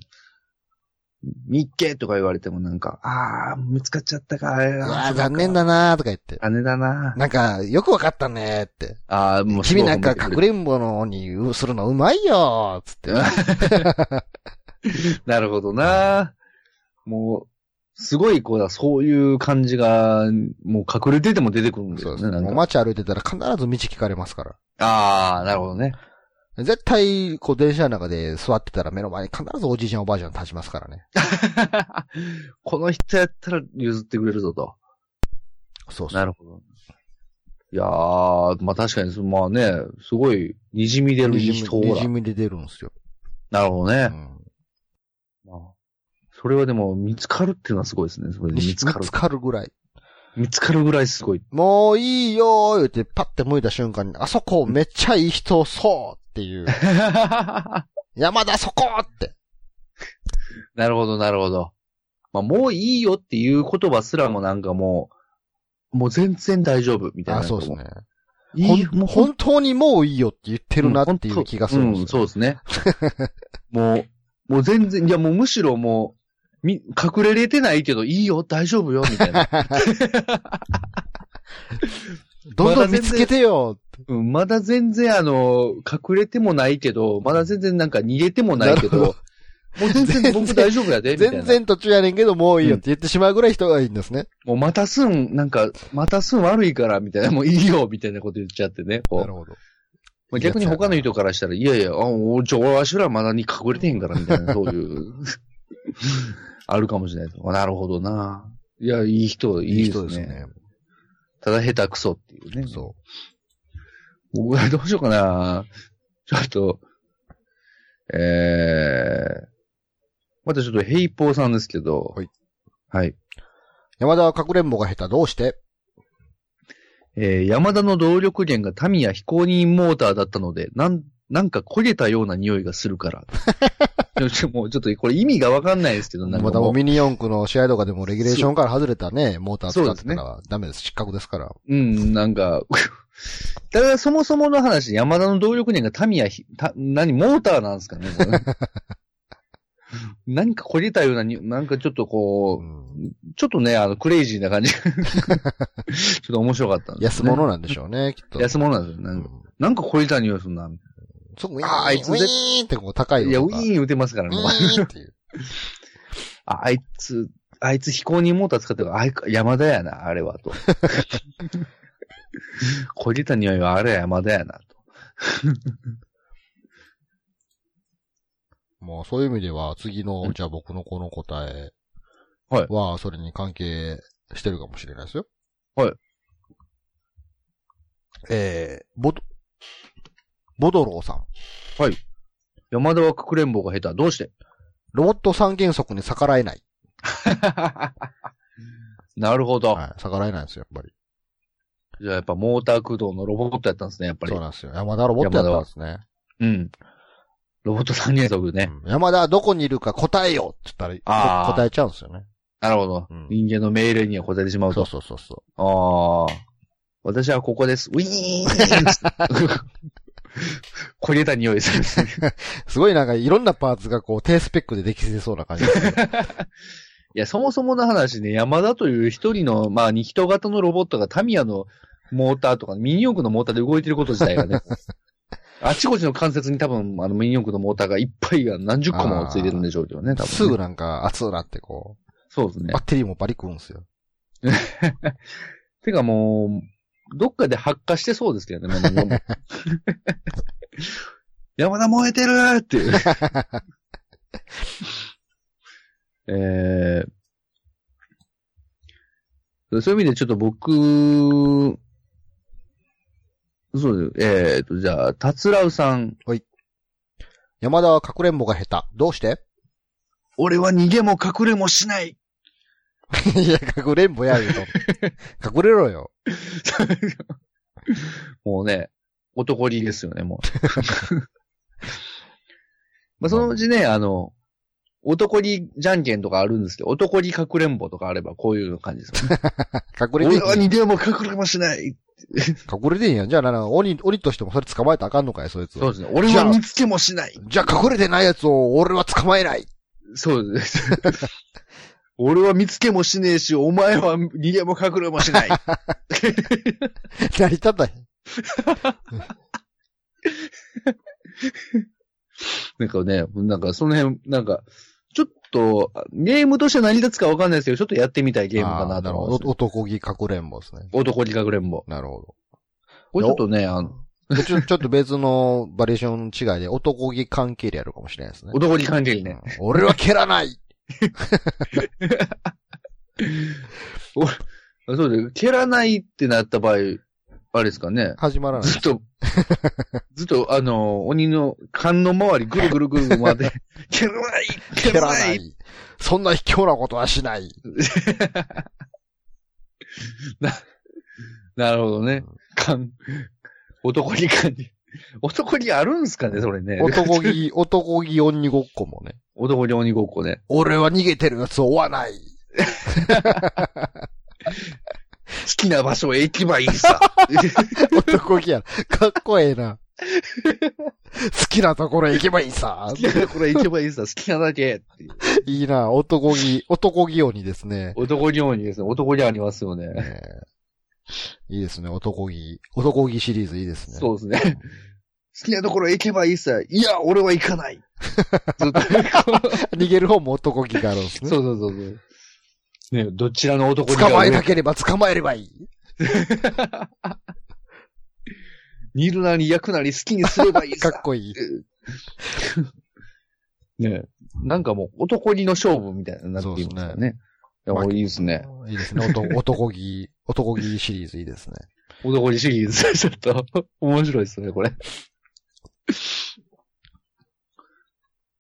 B: みっけとか言われてもなんか、ああ、見つかっちゃったか、あれ
A: う
B: だ
A: わー残念。だなーとか言って。
B: 姉だな。
A: なんか、よくわかったねーって。
B: ああ、もう
A: 君なんか隠
B: れ。
A: れんぼのにうするのうまいよーっつ って。
B: なるほどな。もう、すごい子だ。そういう感じが、もう隠れてても出てくるんです
A: そ
B: よ
A: う
B: ね。
A: そう。
B: なん
A: もう
B: か
A: 街歩いてたら必ず道聞かれますから。
B: ああ、なるほ どね。
A: 絶対、こう、電車の中で座ってたら目の前に必ずおじいちゃんおばあちゃん立ちますからね。
B: この人やったら譲ってくれるぞと。
A: そうそう。
B: なるほど。いやー、まあ確かにそ、まあね、すごい、にじみ出る
A: に
B: 人
A: じみに
B: だ
A: じ。みで出るんですよ。
B: なるほど
A: う
B: ね。
A: ん
B: まあ、それはでも、見つかるっていうのはすごいですね。それで
A: 見
B: 見つ
A: つ
B: かる。
A: かるぐらい。
B: 見つかるぐらいす ごい。
A: もういいよー言ってパッて向いた瞬間に、あそこめっちゃいい人そうっていう。
B: な
A: 山田そこって。
B: るほど、なるほど。まあ、もういいよっていう言葉すらもなんかもう、もう全然大丈夫みたいな。
A: あ、そうですね。
B: いい。
A: ほん
B: もう
A: 本当にもういいよって言ってるなっていう気がするん
B: うん、
A: です
B: そう
A: よ。
B: ですね。もう、もう全然、いやもうむしろもう、み、隠れれてないけど、いいよ、大丈夫よ、みた いな。
A: どんどん見つけてよ
B: うん、まだ全然あの、隠れてもないけど、まだ全然なんか逃げてもないけど、
A: な
B: も
A: る
B: う全然
A: 全
B: 僕
A: 然
B: 大丈夫やで、みたいな。
A: 全然途中やねんけどもういいよって言ってしまうぐらい人がいいんですね。
B: もうまたすん、なんか、またすん悪いから、みたいな、もういいよ、みたいなこと言っちゃってね。こう
A: なるほど。
B: まあ、逆に他の人からしたら、いやいや、あ、おちょ、わしらまだに隠れてへんから、み たいな、そういう、あるかもしれないです。なるほどな。いや、いい人、いいですね。ただ下手くそっていうね。。
A: そう
B: 僕はどうしようかな。ちょっと、えー、またちょっとヘイポーさんですけど、
A: はい。
B: はい。
A: 山田はかくれんぼが下手どうして
B: えー、山田の動力源がタミヤ非公認モーターだったので、なん、なんか焦げたような匂いがするから。よしもうちょっとこれ意味がわかんないですけど、なん
A: ま
B: か
A: たも
B: も
A: う
B: う
A: ミニ四駆の試合とかでもレギュレーションから外れたね、モーター使ってたらダメです。失格ですから。
B: うん、なんか、 だからそもそもの話、山田の動力源がタミヤひ、た何、モーターなんですかねこれなんか焦げたようなに、なんかちょっとこ
A: うん
B: う、ちょっとね、あの、クレイジーな感じ。ちょっと面白かったんです
A: 安
B: ね、
A: 物なんでしょうね、きっと。
B: 安物なんですよ。なんかなんか焦げた匂いするな。
A: そこ、ウィ
B: あーあいつ
A: ーン、ウィーンってこう高い
B: いや、ウィーン
A: ン
B: 言うてますからね。もう
A: ウィーンっていう。
B: ああいつ、あいつ飛行にモーター使ってるから、あい山田やな、あ れは、と。焦げた匂いはあれは山田やな、と。
A: もうそういう意味では、次
B: う
A: の
B: ん、
A: じゃあ僕のこの答え
B: はい
A: は、それに関係してるかもしれないですよ。
B: はい。
A: えー、ボド、ボドローさん。
B: 山田はかくれんぼが下手。どうして
A: ロボット三原則に逆らえない。
B: なるほど。
A: はい。逆らえないんですよ、やっぱり。
B: じゃあやっぱモーター駆動のロボットやったんですね、やっぱり
A: そう。なんですよ。山田はロボットやったんですね。
B: うん。ロボット三原則ね。
A: うん山田はどこにいるか答えよって言ったら、
B: あー
A: こ答えちゃうんですよね。
B: なるほど、
A: うん
B: 人間の命令には答えてしまう
A: そ
B: と
A: う。そうそうそ
B: ああ。私はここです。ウィー ン焦げた匂いする。
A: う。すごいなんかいろんなパーツがこう低スペックでできてそうな感じですけど。
B: いや、そもそもの話ね、山田という一人の、まあ、に人型のロボットがタミヤのモーターとか、ミニ四駆のモーターで動いてること自体 がね、あちこちの関節に多分、あの、ミニ四駆のモーターがいっぱいが何十個もついてるんでしょうけどね、多分、ね。
A: すぐなんか熱うなってこ
B: そうです
A: う、
B: ね
A: バ。ッテリーもバリ食うんすよ。
B: てかもう、どっかで発火してそうですけどね、もう もう山田燃えてるって いう。えーそういう意味でちょっと僕、そうです。えっ、と、じゃあ、たつらうさん。
A: 山田はかくれんぼが下手。どうして
B: 俺は逃げも隠れもしない。
A: いや、かくれんぼや言うと。 隠れろよ。
B: もうね、男気ですよね、もう。 まあ、そのうちね、あの、男気じゃんけんとかあるんですけど、男気かくれんぼとかあればこういう感じです よね。
A: 隠れて
B: 俺
A: ん
B: は
A: やん。
B: 逃げも隠れもしな
A: 隠
B: い。
A: れてんやん。じゃあな、な鬼、鬼としてもそれ捕まえたらあかんのかい、そいつ
B: そ
A: を。
B: うですね。俺は見つけもしない。
A: じゃあ隠れてないやつを俺は捕まえない。
B: そうです。 俺は見つけもしねえし、お前は逃げも隠れもしない。
A: 成り立たへん。
B: なんかね、なんかその辺、なんか、ちょっと、ゲームとして成り立つかわかんないですけど、ちょっとやってみたいゲームか
A: あ
B: な
A: ー
B: と
A: る
B: 思
A: ほ
B: います
A: ど。男気かくれんぼですね。
B: 男気かくれんぼ。
A: なるほど。
B: これちょっとね、あの、
A: でちょ ちょっと別のバリエーションの違いで男気関係であるかもしれないですね。
B: 男気関係ね。
A: うん俺は蹴らない
B: そうです。蹴らないってなった場合、あれですかね。
A: 始まらない
B: ずっ。 と、ずっと、あの、鬼の勘の周りぐるぐるぐるぐる回って、 蹴らない蹴
A: 蹴
B: ら
A: ら
B: な
A: ないいそんな卑怯なことはしない
B: なるほどね。勘、男気感じ。男気あるんすかね、それね。
A: 男 気、男気鬼ごっこもね。
B: 男気鬼ごっこね。
A: 俺は逃げてるやつを追わない
B: 好きな場所へ行けばいい さ。
A: 男気やな。かっこええな。好きなところへ行けばいいさ
B: 好。きなところへ行けばいいさ。好きなだけっていう。
A: いいな。男気、男気鬼ですね。
B: 男気鬼ですね。男気ありますよね。
A: ねえいいですね。男気。男気シリーズいいですね。
B: そうですね。好きなところへ行けばいいさ。いや、俺は行かない。ずっと。
A: 逃げる方も男気があるんですね。
B: そうそうそうそう。ねどちらの男に
A: 捕まえなければ捕まえればいい。
B: 煮るなり焼くなり好きにすればいい
A: か
B: さ。
A: っこいい。
B: ねなんかもう男気の勝負みたいになっていますよね。いや、もういいですね。
A: いいですね。男男気、男気シリーズいいですね。
B: 男気シリーズ、ちょっと、 面白いですね、これ。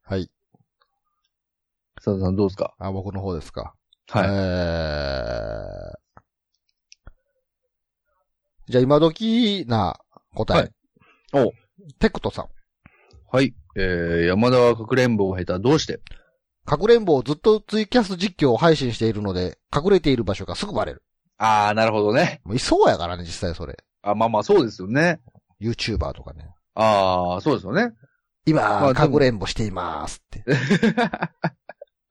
A: はい。
B: 佐藤さんどうですか
A: あ、僕の方ですか。え
B: はい。
A: ー、じゃあ今時な答え。
B: はいお
A: テクトさん。
B: はい。えー、山田はかくれんぼを下手。どうして
A: かくれんぼをずっとツイキャス実況を配信しているので、隠れている場所がすぐバレる。
B: あー、なるほどね。
A: もういそうやからね、実際それ。
B: あ、まあまあ、そうですよね。
A: YouTuber とかね。
B: あー、そうですよ ね。ま
A: 今
B: あ、で
A: か
B: も
A: くれんぼしていますって。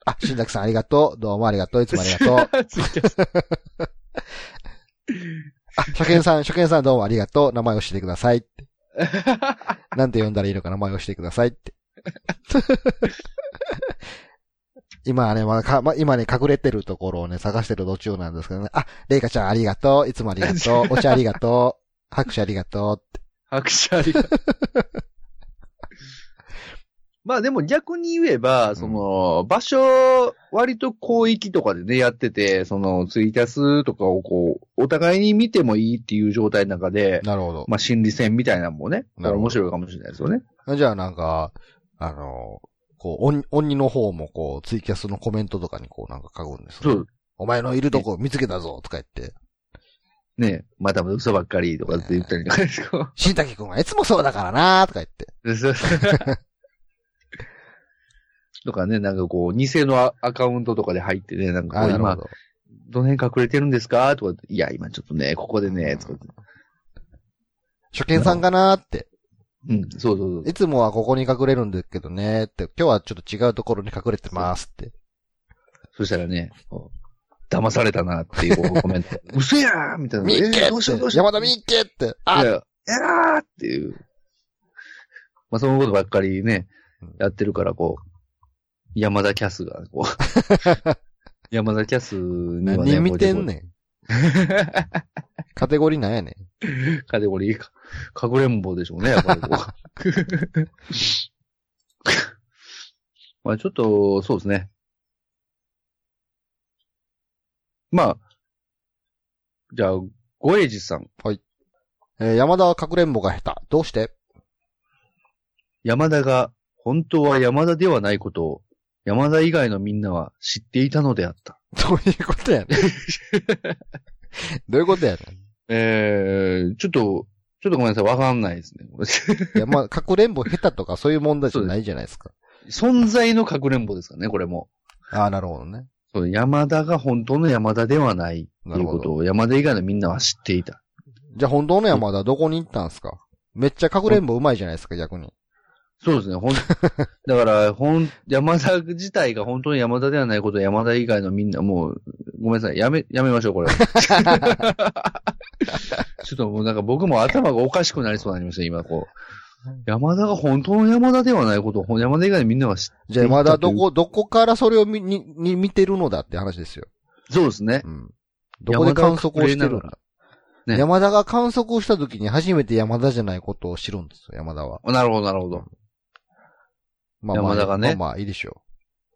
A: あ、新宅さんありがとう。どうもありがとう。いつもありがとう。あ、初見さん、初見さんどうもありがとう。名前を教えてくださいって。なんて呼んだらいいのか名前を教えてくださいって。今ね、まだか、ま、今ね、隠れてるところをね、探してる途中なんですけどね。あ、レイカちゃんありがとう。いつもありがとう。お茶ありがとう。拍手ありがと
B: 拍手ありがとう。 まあでも逆に言えば、その、場所、割と広域とかでね、やってて、その、ツイキャスとかをこう、お互いに見てもいいっていう状態の中で
A: う。、なるほど。
B: まあ心理戦みたいなのもね、
A: なるほど
B: 面白いかもしれないですよね。
A: じゃあなんか、あの、こう、鬼鬼の方もこう、ツイキャスのコメントとかにこうなんか書くんです
B: そ
A: ね
B: う。
A: お前のいるとこ見つけたぞとか言って。
B: ねまたまた嘘ばっかりとかって言ったりとかですか。
A: 新滝くんはいつもそうだからなとか言って。
B: そう とかね、なんかこう、偽のアアカウントとかで入ってね、なんかこう今、
A: ど。
B: どの辺隠れてるんですかとか、いや、今ちょっとね、ここでね、とかって。
A: 初見さんかなーって。
B: うん、そうそうそう。
A: いつもはここに隠れるんですけどねーって。今日はちょっと違うところに隠れてますって。
B: そしたらね、騙されたなっていうこうコメント。 嘘やーみたいな。
A: ミッケ
B: えーどうしようど
A: っ
B: う
A: て
B: しよう。
A: 山田ミッケって
B: い
A: あ
B: や、やらーっていう。まあ、そのことばっかりね
A: うん、
B: やってるから、こう、山田キャスが、こう、 山田キャスにはね、
A: 何見てんね
B: ん。
A: ん。カテゴリーなんやねん。
B: カテゴリーか、 かくれんぼでしょうね、やっぱりこう。 まあちょっと、そうですね。まあ、じゃあ、ごえじさん、
A: えー山田はかくれんぼが下手。どうして
B: 山田が本当は山田ではないことを、山田以外のみんなは知っていたのであった。
A: どういうことやねん。どういうことやね
B: えー、ちょっと、ちょっとごめんなさい、わかんないですね。
A: ん。いや、まあ、かくれんぼ下手とかそういう問題じゃないじゃないですか。
B: 存在のかくれんぼですかね、これも。
A: ああ、なるほどね。
B: そう、山田が本当の山田ではないっていうことを山田以外のみんなは知っていた。
A: じゃあ本当の山田はどこに行ったんすかめっちゃかくれんぼうまいじゃないですか、逆に。
B: そうですね、ほん、 だから、ほん、山田自体が本当に山田ではないことを山田以外のみんな、もう、ごめんなさい、やめ、やめましょう、これ。 ちょっともうなんか僕も頭がおかしくなりそうになりました、今、こう。山田が本当の山田ではないことを、ほん山田以外のみんなは知っ
A: じゃあ山田はどこ、どこからそれを見に、に見てるのだって話ですよ。
B: そうですね。
A: うん。どこで観測をしてるん
B: 山田が隠れなが
A: だ。
B: ね
A: 山田が観測をした時に初めて山田じゃないことを知るんですよ、山田は。
B: なるほど、なるほど。
A: まあまあ、
B: 山田がね
A: まあまあいいでしょ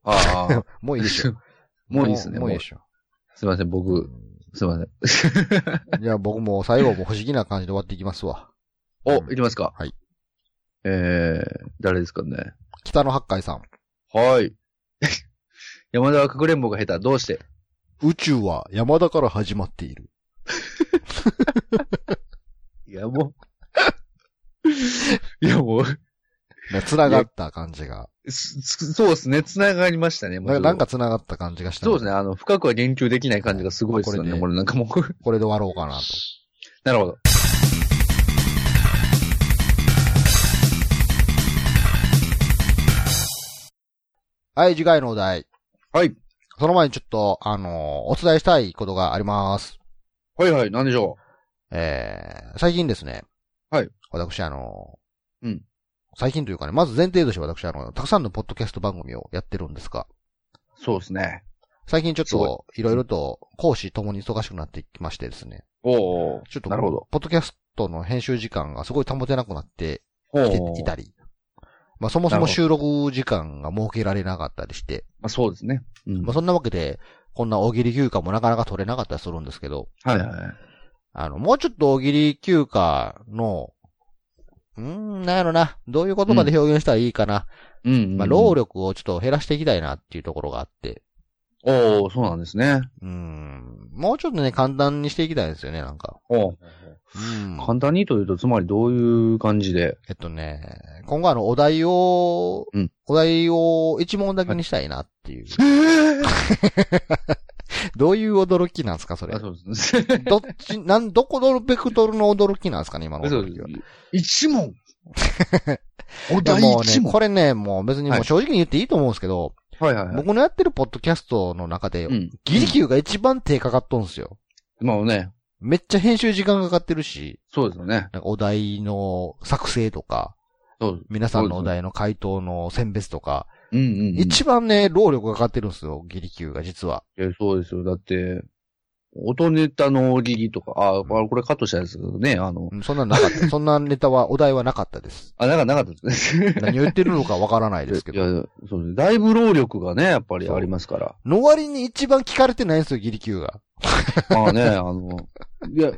B: あ あ。
A: う。もういいでしょう。
B: もういいですね、
A: も
B: も
A: う
B: う
A: いいで。しょ
B: すいません、僕、すいません。
A: う。じゃあ僕も最後も不思議な感じで終わっていきますわ。
B: お、
A: うん
B: いきますか。
A: はい。
B: えー、誰ですかね。
A: 北野八海さん。
B: はい。 山田はかくれんぼが下手。どうして
A: 宇宙は山田から始まっている。
B: いや、も う。いや、も
A: 繋がった感じが。
B: う、すすそうですね。繋がりましたね。もう
A: ななんか繋がった感じがした。
B: そうですね。あの、深くは言及できない感じがすごいですよね。
A: こ
B: こ
A: れ
B: れ,、
A: ね
B: なんかもう。
A: これで終わろうかなと。
B: なるほど。
A: はい、次回のお題。
B: はい。
A: その前にちょっと、あのーお伝えしたいことがあります。
B: はいはい。なんでしょ
A: えー、最近ですね。
B: はい。
A: 私、あのー
B: うん
A: 最近というかね、まず前提として私、あの、たくさんのポッドキャスト番組をやってるんですが、
B: う。そうですね。
A: 最近ちょっ
B: すご
A: と、いろいろと、講師ともに忙しくなってきましてですね。
B: おー。
A: ちょっと、
B: なるほど。
A: ポッドキャストの編集時間がすごい保てなくなって
B: ほ
A: きていたり、まあそもそ
B: なる
A: も
B: ほど
A: 収録時間が設けられなかったりして、
B: まあ、そうですね。うん。
A: まあそんなわけで、こんな大喜利休暇もなかなか取れなかったりするんですけど、
B: はいはい。
A: あの、もうちょっと大喜利休暇の、うーん、なんやろな。どういう言葉で表現したらいいかな。
B: うんうん、うん。
A: まあ、労
B: ル。
A: 力をちょっと減らしていきたいなっていうところがあって。
B: おー、そうなんですね。
A: うーん。もうちょっとね、簡単にしていきたいですよね、なんか。
B: おー。
A: うん。
B: 簡単にというと、つまりどういう感じで。
A: えっとね、今後あの、お題を、
B: うん
A: お題を一問だけにしたいなっていう。 どういう驚きなんですか、それ
B: あ、。そうですね。
A: どっち、 なん、どこのベクトルの驚きなんですかね、今の
B: そう
A: 驚
B: で
A: きは。
B: す。一問お
A: いや
B: 題
A: もう
B: 一
A: ね、
B: 問
A: これね、もう別にもう正直に言っていいと思うんですけど、
B: はいはいはい。
A: 僕のやってるポッドキャストの中で
B: う、ん。
A: ギリキューが一番手かかっとんすよ。
B: まあね、
A: めっちゃ編集時間かかってるし、
B: そうですよね。
A: なんかお題の作成とか、
B: そう。
A: 皆さんのお題の回答の選別とか、
B: うんうん、うん。
A: 一番ね、労力がかかってるんですよ、ギリキューが実は。
B: えそうですよ。だって、音ネタの大喜利とか、あ、これこれカットしたやつね、あの、
A: うんそんなのなか った。そんなネタは、お題はなかったです。
B: あ、なんかなかったですね。
A: 何を言ってるのかわからないですけ
B: いや
A: ど。、
B: そうです。だいぶ労力がね、やっぱりありま すから。
A: の割に一番聞かれてないんですよ、ギリキューが。
B: まあね、あの、いや、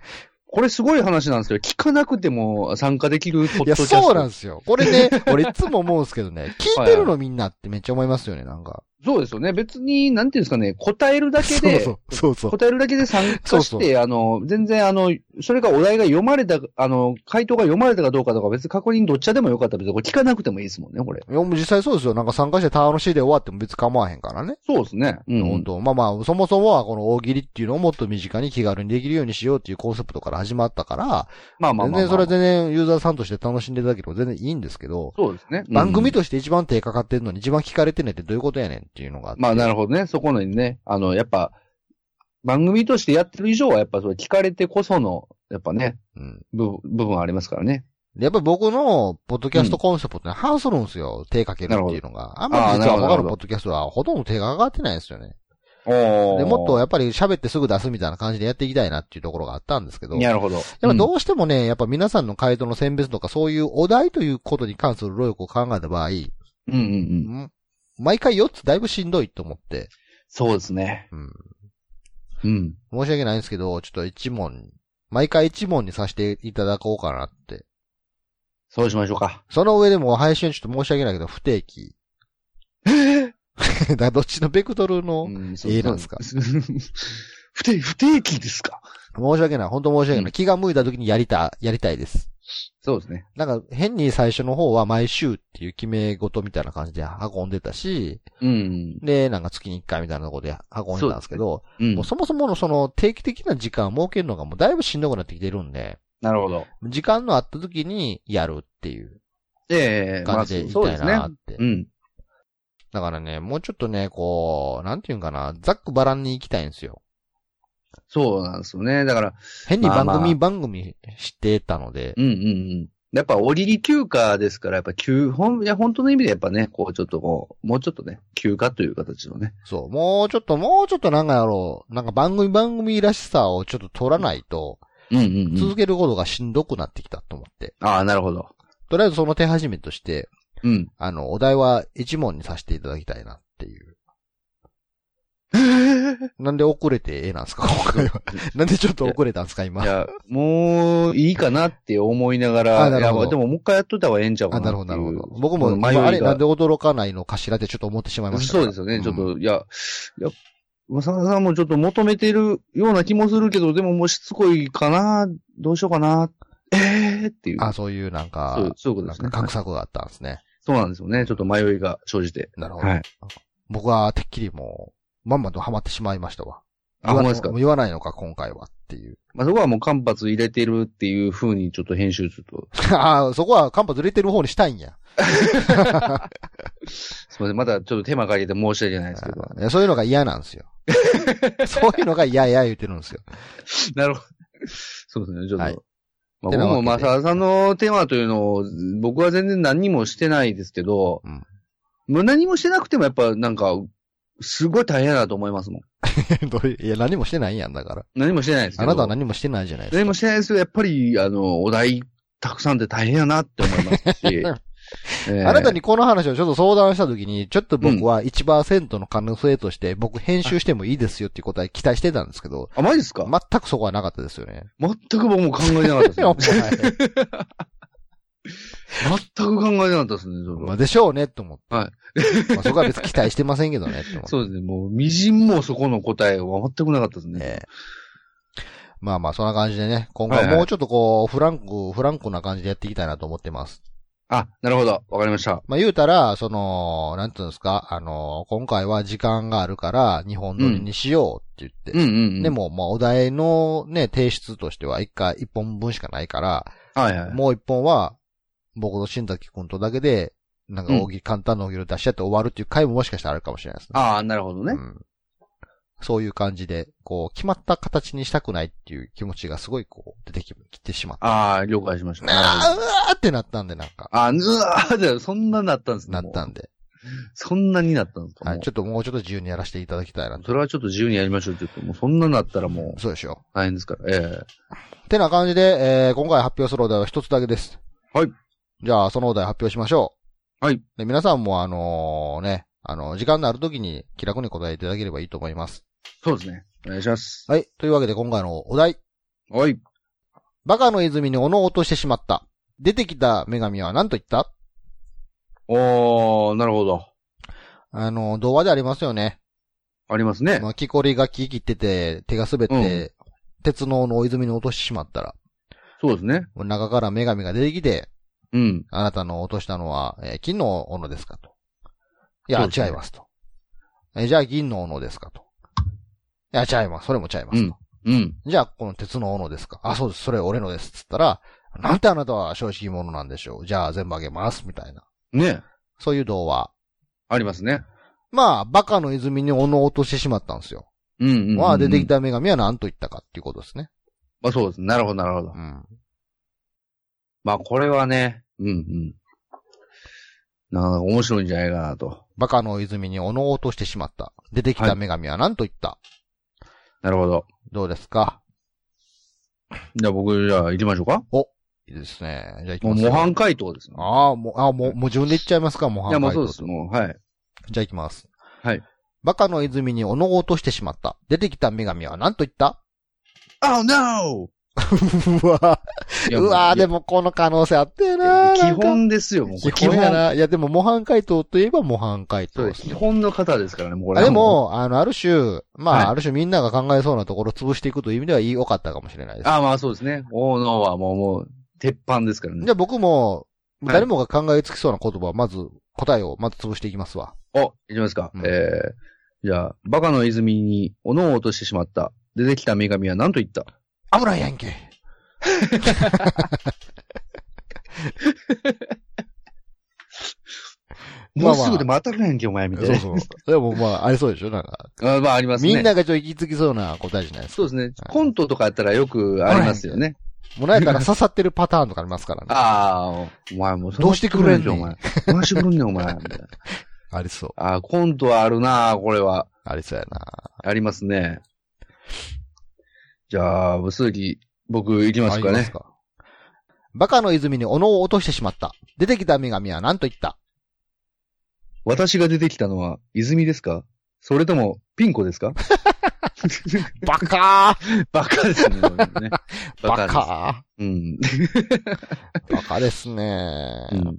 B: これすごい話なんですけど、聞かなくても参加できるポッド
A: い
B: キャ
A: や、
B: スト。
A: そうなんですよ。これね、 俺いつも思うんですけどね、聞いてるのみんなってめっちゃ思いますよね、なんか。
B: そうですよね。別に、なんていうんですかね、答えるだけで、
A: そうそう、そうそう。
B: 答えるだけで参加して、
A: そうそう
B: あの、全然、あの、それがお題が読まれた、あの、回答が読まれたかどうかとか別に確認どっちでもよかったら別にこれ聞かなくてもいいですもんね、これ。
A: いや、もう実際そうですよ。なんか参加して楽しいで終わっても別に構わへんからね。
B: そうですね。う
A: 本
B: ん。
A: 当まあまあ、そもそもはこの大喜利っていうのをもっと身近に気軽にできるようにしようっていうコンセプトから始まったから、
B: まあまあまあ、
A: 全
B: まあ。
A: 然それは全然ユーザーさんとして楽しんでいただければ全然いいんですけど、
B: そうですね。
A: 番組
B: と、
A: として一番手かかってるのに一番聞かれてねってどういうことやねんっっていうのがあって。
B: まあ、なる
A: ほ
B: ほどね。そこのにね、あの、やっぱ、番組としてやってる以上は、やっぱそれ聞かれてこその、やっぱね、
A: ど。うん。
B: 部部分ありますからね。
A: でやっぱり僕の、ポッドキャストコンセプトに反するんですよ。手かけるっていうのが。あんまり実
B: あーな
A: は
B: るほど
A: 他のポッドキャストはほとんど手が上がってないんですよね。
B: お
A: で、もっとやっぱり喋ってすぐ出すみたいな感じでやっていきたいなっていうところがあったんですけど。
B: なるほど。
A: やっぱど
B: う
A: うしてもね、やっぱ皆さんの回答の選別とかそういうお題ということに関する労力を考えた場合、
B: ん、うんうんうん。
A: ん毎回4つだいぶしんどいと思って、
B: そうですね。
A: うん
B: うん。
A: 申し訳ないんですけど、ちょっと一問、毎回一問にさせていただこうかなって。
B: そうしましょうか。
A: その上でも配信ちょっと申し訳ないけど、不定期。 だからどっちのベクトルの、
B: ん、
A: ええなん ですか
B: 不定、不定期ですか
A: 申し訳ない、本当申し訳ない。
B: うん
A: 気が向いた時にやりた、やりたいです。
B: そうですね。
A: なんか変に最初の方は毎週っていう決め事みたいな感じで運んでたし、
B: うん。
A: で、なんか月に1回みたいなとこで運んでたんですけど、
B: うん
A: もう。そもそものその定期的な時間を設けるのがもうだいぶしんどくなってきてるんで、
B: なるほど。
A: 時間のあった時にやるっていう
B: ええ
A: 感じでいきたいなって。
B: うん。
A: だからね、もうちょっとね、こう、なんていうんかな、ざっくばらんに行きたいんですよ。
B: そうなんですよね。だから、
A: 変に番組、
B: まあまあ
A: 番組してたので、
B: うんうんうん。やっぱ、おりり休暇ですから、やっぱ、休、ほん、いや、本当の意味でやっぱね、こう、ちょっとこう、もうちょっとね、休暇という形のね。
A: そう、もうちょっと、もうちょっとなんかやろう、なんか番組番組らしさをちょっと取らないと、
B: うんうんう
A: 続
B: ん。
A: けることがしんどくなってきたと思って。
B: ああ、なるほど。
A: とりあえずその手始めとして、
B: うん。
A: あの、お題は一問にさせていただきたいなっていう。なんで遅れてええなん すか今回は。なんでちょっと遅れたんすか今
B: い。や、もう、いいかなって思いながら、
A: あなるほど
B: いやでも、もう一回やっといた方がええんちゃうか
A: あ、
B: な
A: な
B: っ
A: る
B: てい
A: ほど、
B: う。
A: なるほど。僕も、
B: うん
A: ま
B: 迷い
A: あ、
B: が
A: あれ、なんで驚かないのかしらってちょっと思ってしまいましたか
B: そ
A: ら。
B: うですよね、
A: ん
B: ちょっと、いや、いや、まささんもちょっと求めてるような気もするけど、でももうしつこいかな、どうしようかな、ええー、っていう。
A: あ、そういうなん
B: そう
A: か、、
B: そういうこと
A: な
B: で
A: ん
B: すね
A: か。格策があったんですね。
B: そうなんですよね。ちょっと迷いが生じて。
A: なるほど。
B: はい。
A: 僕はてっきりもう、まんまとハマってしまいましたわ。
B: あ、ほんまですか
A: 言わ。言わないのか、今回はっていう。
B: まあ、そこはもう間髪入れてるっていう風にちょっと編集ちょっと、
A: ああ、そこはカンパずれてる方にしたいんや。
B: すみません、またちょっと手間かけて申し訳ないですけど。
A: いやそういうのが嫌なんです よ。そういうのが嫌や言ってるんですよ。
B: なるほど。そうですね、ちょっと。
A: はい
B: まあ、
A: てな
B: 僕
A: わけで
B: も、まあ、さださんのテーマというのを、僕は全然何もしてないですけど、
A: うん
B: もう何もしてなくても、やっぱ、なんか、すごい大変だと思いますもん。
A: どういういや、何もしてないやんだから。
B: 何もしてないですけ
A: あ
B: ど。
A: なたは何もしてないじゃないですか。
B: 何もしてないですけど、やっぱり、あの、お題、たくさんで大変やなって思いますし。 えー
A: あなたにこの話をちょっと相談したときに、ちょっと僕は1%の可能性として、僕編集してもいいですよっていう答え期待してたんですけど、
B: あ、マジですか、
A: 全くそこはなかったですよね。
B: 全く僕も考えてなかったで すね。
A: は
B: 全く考えてなかったですね。そ
A: い
B: れ
A: ま
B: は
A: あでしょうねって思って。
B: は
A: まあそこは別に期待してませんけどねって思って。
B: そうですね。もう、みじんもそこの答えは全くなかったですね。
A: ええまあまあ、そんな感じでね、今
B: はい
A: 回
B: はい
A: もうちょっとこう、フランク、フランクな感じでやっていきたいなと思ってます。
B: あ、なるほど。わかりました。
A: まあ言うたら、その、なんていうんですか、あの、今回は時間があるから、日本撮りにしようって言って
B: うん、うんうん。
A: で、も、まあ、お題のね、提出としては、一回、一本分しかないから、
B: はいはい。
A: もう一本は、僕と新崎くんとだけで、なんか大喜利、簡単な大喜利を出し合って終わるっていう回ももしかしたらあるかもしれないですね。
B: ああ、なるほどね。
A: うんそういう感じで、こう、決まった形にしたくないっていう気持ちがすごいこう、出てききてしまった。
B: ああ、了解しました。なる
A: あー
B: ほど
A: うわーってなったんで、なんか、
B: あー、ぬわーじゃあそんななったんですね。
A: なった
B: も
A: んで。
B: うそんなになったんですか
A: はい、ち
B: ち
A: ょっともうちょっと自由にやらせていただきたいなと。
B: それはちょっと自由にやりましょうって言って、もうそんななったらもう
A: そうでしょ
B: 大変ですから。ええ
A: う。てな感じで、えー、今回発表するお題は一つだけです。
B: はい。
A: じゃあ、そのお題発表しましょう。
B: はい。
A: で、皆さんもあのね、あの、時間のある時に気楽に答えていただければいいと思います。
B: そうですね。お願いします。
A: はい。というわけで今回のお題。
B: はい。
A: バカの泉に斧を落としてしまった。出てきた女神は何と言った
B: おー、なるほど。
A: あの、童話でありますよね。
B: ありますね。
A: まあ、木こりが木切ってて、手が滑って、
B: うん
A: 鉄の斧を泉に落としてしまったら、
B: そうですね。
A: 中から女神が出てきて、
B: うん。
A: あなたの落としたのは、えー金の斧ですかと。いや、
B: そうですね
A: 違いますと。えーじゃあ銀の斧ですかと。いや、違います。それも違いますと。
B: うん。うん。
A: じゃあ、この鉄の斧ですかあ、そうです。それ俺のです。つったら、なんてあなたは正直者なんでしょう。じゃあ、全部あげます。みたいな。
B: ね
A: そういう童話。
B: ありますね。
A: まあ、バカの泉に斧を落としてしまったんですよ。
B: うんうんうんうん。
A: まあ、出てき。た女神は何と言ったかっていうことですね。
B: まあそうです。なるほど、なるほ
A: う。
B: ど
A: ん。
B: まあこれはね、うんうん。なんか面白いんじゃないかなと。
A: バカの泉に斧を落としてしまった。出てきた女神は何と言った、
B: なるほど。
A: どうですか
B: じゃあ僕、じゃあ行きましょうか。
A: いいですね。じゃあ行き
B: もう
A: ます
B: 模
A: よ。
B: 範解答ですね。
A: ああ、もう、ああ、もう、もう自分で言っちゃいますか、模
B: い
A: 範
B: や、もう
A: 解
B: そう
A: 答
B: です。もう、はい。
A: じゃあ行きます。
B: はい。
A: バカの泉に斧を落としてしまった。出てきた女神は何と言った
B: Oh no!
A: うわ
B: いや
A: うわ
B: も
A: ーでもこの可能性あったよ
B: いや
A: な
B: 基
A: なんか
B: 本ですよ、もう。
A: 基本やな。いや、でも模範解答といえば模範解
B: そ
A: 答
B: うで
A: ですす
B: 基
A: ね。
B: 本の方ですからね、もうこれ
A: あで、も、あの、ある種、まあ、
B: はい
A: ある種みんなが考えそうなところを潰していくという意味では良かったかもしれないです。
B: あまあそうですね。王のはもう、もう、鉄板ですからね
A: じ。ゃあ僕も、
B: はい
A: 誰もが考えつきそうな言葉を、まず、答えをまず潰していきますわ。
B: お、いきますか。
A: うん
B: えー、じゃあ、バカの泉に斧を落としてしまった。出てきた女神は何と言った
A: 危ないやんけ。まあま
B: も
A: あ
B: うすぐでも当たるやんけ、お前、みたい
A: そ
B: な。
A: うそう。でもまあ、ありそうでしょなんか。
B: あまあ、ありますね。
A: みん。ながちょっと行き着きそうな答えじゃないです
B: そうですね。コントとかやったらよくありますよね。
A: か。もうないから刺さってるパターンとかありますからね。
B: ああ、お前もう
A: どうしてくれんねん
B: お前。どうしてくれんねん、お前。みたいな
A: ありそう。
B: ああ、コントはあるなこれは。
A: ありそうやな。
B: ありますね。じゃあ、鈴木、僕行きますか
A: あり
B: ね。
A: ますかバカの泉に斧を落としてしまった。出てきた女神は何と言った
B: 私が出てきたのは、泉ですかそれとも、ピンコですか
A: バカー
B: バカですね。これね
A: バ
B: です
A: カ
B: うん。
A: ーバカですね。
B: うん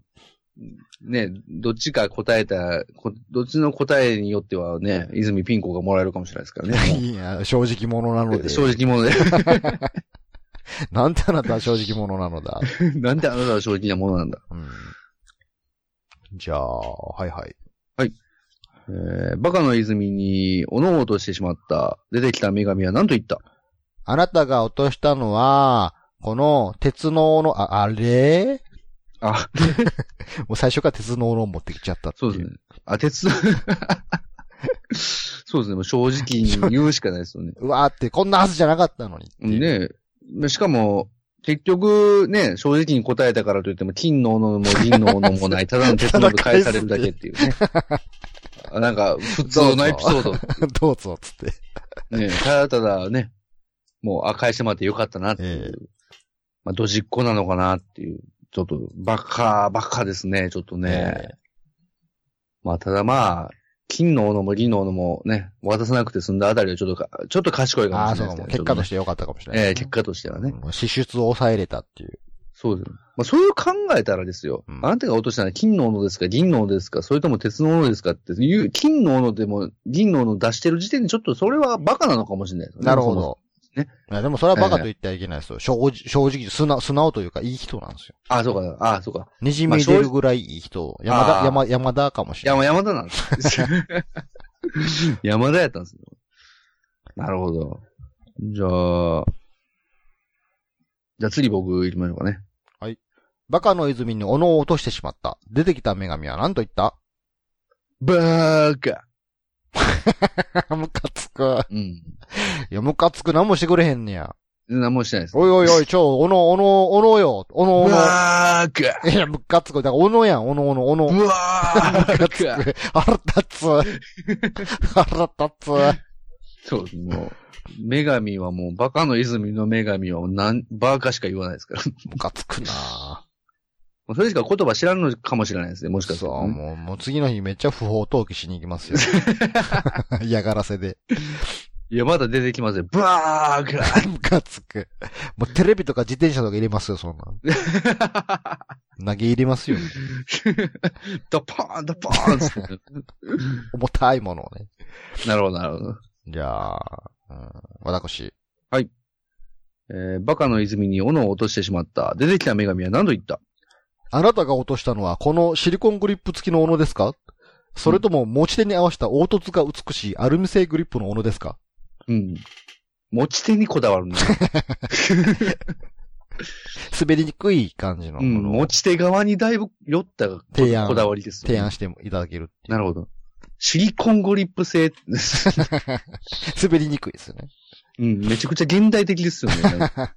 B: ね、どっちか答えた、こどっちの答えによってはね、泉ピンコがもらえるかもしれないですからね。
A: いや、正直者なので。
B: 正直者で。
A: なんてあなたは正直者なの だ。
B: なんであなたは正直なものなんだ。
A: うんじゃあ、はいはい。
B: えー、バカの泉に斧を落としてしまった、出てきた女神は何と言った
A: あなたが落としたのは、この鉄の斧、あ、あれ
B: あ、
A: もう最初から鉄の斧を持ってきちゃったってい
B: そうですね。あ、鉄、 そうですね。もう正直に言うしかないですよね。
A: うわーって、こんなはずじゃなかったのにっていう。
B: ねしかも、結局、ね、正直に答えたからといっても、金の斧も銀の斧もない、ただ の鉄の斧返されるだけっていうね。あなんか、普通のエピソード。
A: どうぞ、つって。
B: ね、ただただね、もう、あ、返してもらってよかったなっていう。
A: ええ
B: まあ、ドジっ子なのかなっていう。ちょっと、バカ、バカですね、ちょっとね。
A: え
B: まあ、ただまあ、金の斧も銀の斧もね、渡さなくて済んだあたりはちょっとか、ちょっと賢いか
A: あ
B: も
A: あ、
B: しれ
A: そうか
B: ないです
A: も。結
B: ね。。
A: 果としてて良かったかもしれない、
B: ええ結果としてはね。
A: うん支出を抑えれたっていう。
B: そうですね。まあ、それを考えたらですよ。
A: うん
B: あなたが落としたのは金の斧ですか、銀の斧ですか、それとも鉄の斧ですかっていう、金の斧でも銀の斧出してる時点でちょっとそれはバカなのかもしれないですね、
A: なるほ
B: そもそも。
A: ど。
B: ね
A: いや、でもそれはバカと言ってはいけないですよ。正直、正直素直、素直というか、いい人なんですよ。
B: あ、そうか、あ、そうか。
A: にじみ出るぐらいいい人。山田、
B: あー
A: 山、山田かもしれない。
B: 山、山田なん です。山田やったんですよ。なるほど。じゃあ、じゃあ次僕行きましょうかね。
A: バカの泉に斧を落としてしまった。出てきた女神は何と言った
B: バーカ。
A: ムカつく。
B: うん。
A: いや、ムカつく。何もしてくれへんねや。
B: 何もしてないです。
A: おいおいおい、ちょ、斧、斧、斧よ。斧、斧。
B: バーカ。
A: いや、ムカつく。だから、斧やん。斧、斧、斧。
B: う わーか。
A: 腹立つ。腹立
B: そうです、もう。女神はもう、バカの泉の女神はなん、バーカしか言わないですから。も
A: つ。ムカつくな
B: うそれしか言葉知らんのかもしれないですね、もしかす
A: そ
B: る
A: う、
B: とね、
A: もう、もう次の日めっちゃ不法投棄しに行き ますよ。 嫌がらせで。
B: いや、まだ出てきますよ。バーカ
A: ムカつく。もうテレビとか自転車とか入れますよ、そんなん。投げ入れますよ。
B: ドパーン、ドパーンっつって
A: 重たいものをね。
B: なるほど、なるほど。
A: じゃあ、うん、私。
B: えーバカの泉に斧を落としてしまった。出てきた女神は何度言った
A: あなたが落としたのは、このシリコングリップ付きの斧ですかそれとも、持ち手に合わせた凹凸が美しいアルミ製グリップの斧ですか
B: うん。持ち手にこだわるね。
A: 滑りにくい感じの
B: う
A: も
B: ん。
A: のを
B: 持ち手側にだいぶ酔ったこ
A: 提案
B: こだわりですよね、
A: 提案していただけるっていう。
B: なるほど。シリコングリップ製。
A: 滑りにくいですよね。
B: うん、めちゃくちゃ現代的ですよ ね。なんか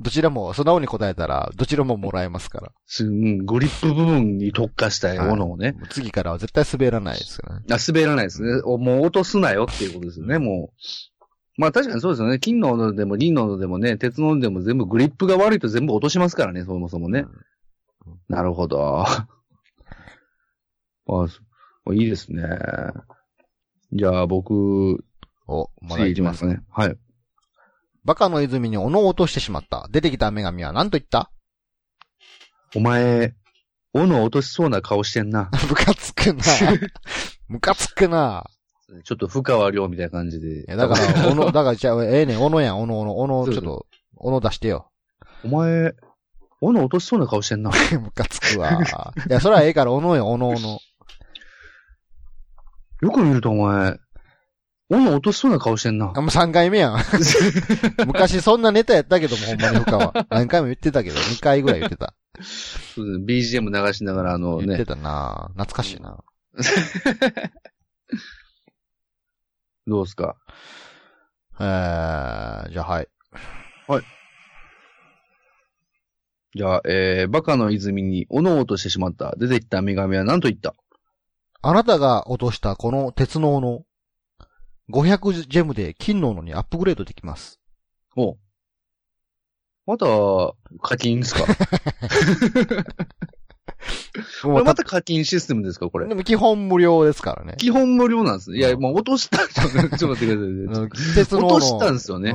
A: どちらも、素直に答えたら、どちらももらえますから。
B: すうん、グリップ部分に特化したものをね。
A: もう次からは絶対滑らないですからね。
B: あ、滑らないですね。おもう落とすなよっていうことですよね、もう。まあ確かにそうですよね。金の斧でも銀の斧でもね、鉄の斧でも全部グリップが悪いと全部落としますからね、そもそもね。なるほど。 あそいいですね。じゃあ僕、
A: お、まだ
B: 次
A: 行
B: いき
A: き
B: ま
A: ます
B: す。ね。はい。
A: バカの泉に斧を落としてしまった。出てきた女神は何と言った
B: お前、斧落としそうな顔してん な。
A: ムカつくな。ムカつくな。
B: ちょっと深川亮みたいな感じで。
A: いや、だから、 斧、だから、じゃあ、ええねん、斧やん、斧、斧、斧、
B: そう
A: ちょ
B: そ
A: っ
B: う
A: と、斧出してよ。
B: お前、斧落としそうな顔してんな。
A: ムカつくわ。いや、それはええから、斧よ、斧、斧。
B: よく見るとお前、斧落としそうな顔してんな
A: あ、。もう3回目やん。 昔そんなネタやったけども、ほんまに深は。何回も言ってたけど、2回ぐらい言ってた。
B: そうですね BGM 流しながら、あの
A: 言って
B: ね、
A: たな懐かしいな
B: どうですか
A: えー、じゃあ、はい。
B: じゃあ、えー、バカの泉に斧を落としてしまった。出てきた女神は何と言った
A: あなたが落としたこの鉄の斧、500ジェムで金の斧にアップグレードできます。
B: おうまた、課金 ですかこれまた課金システムですかこれ
A: で。も基本無料ですからね。
B: 基本無料なんですね。いや、
A: うん
B: もう落としたんじゃないちょっと待ってくださいね。
A: 鉄の
B: 落
A: 斧。
B: としたんですよね。
A: う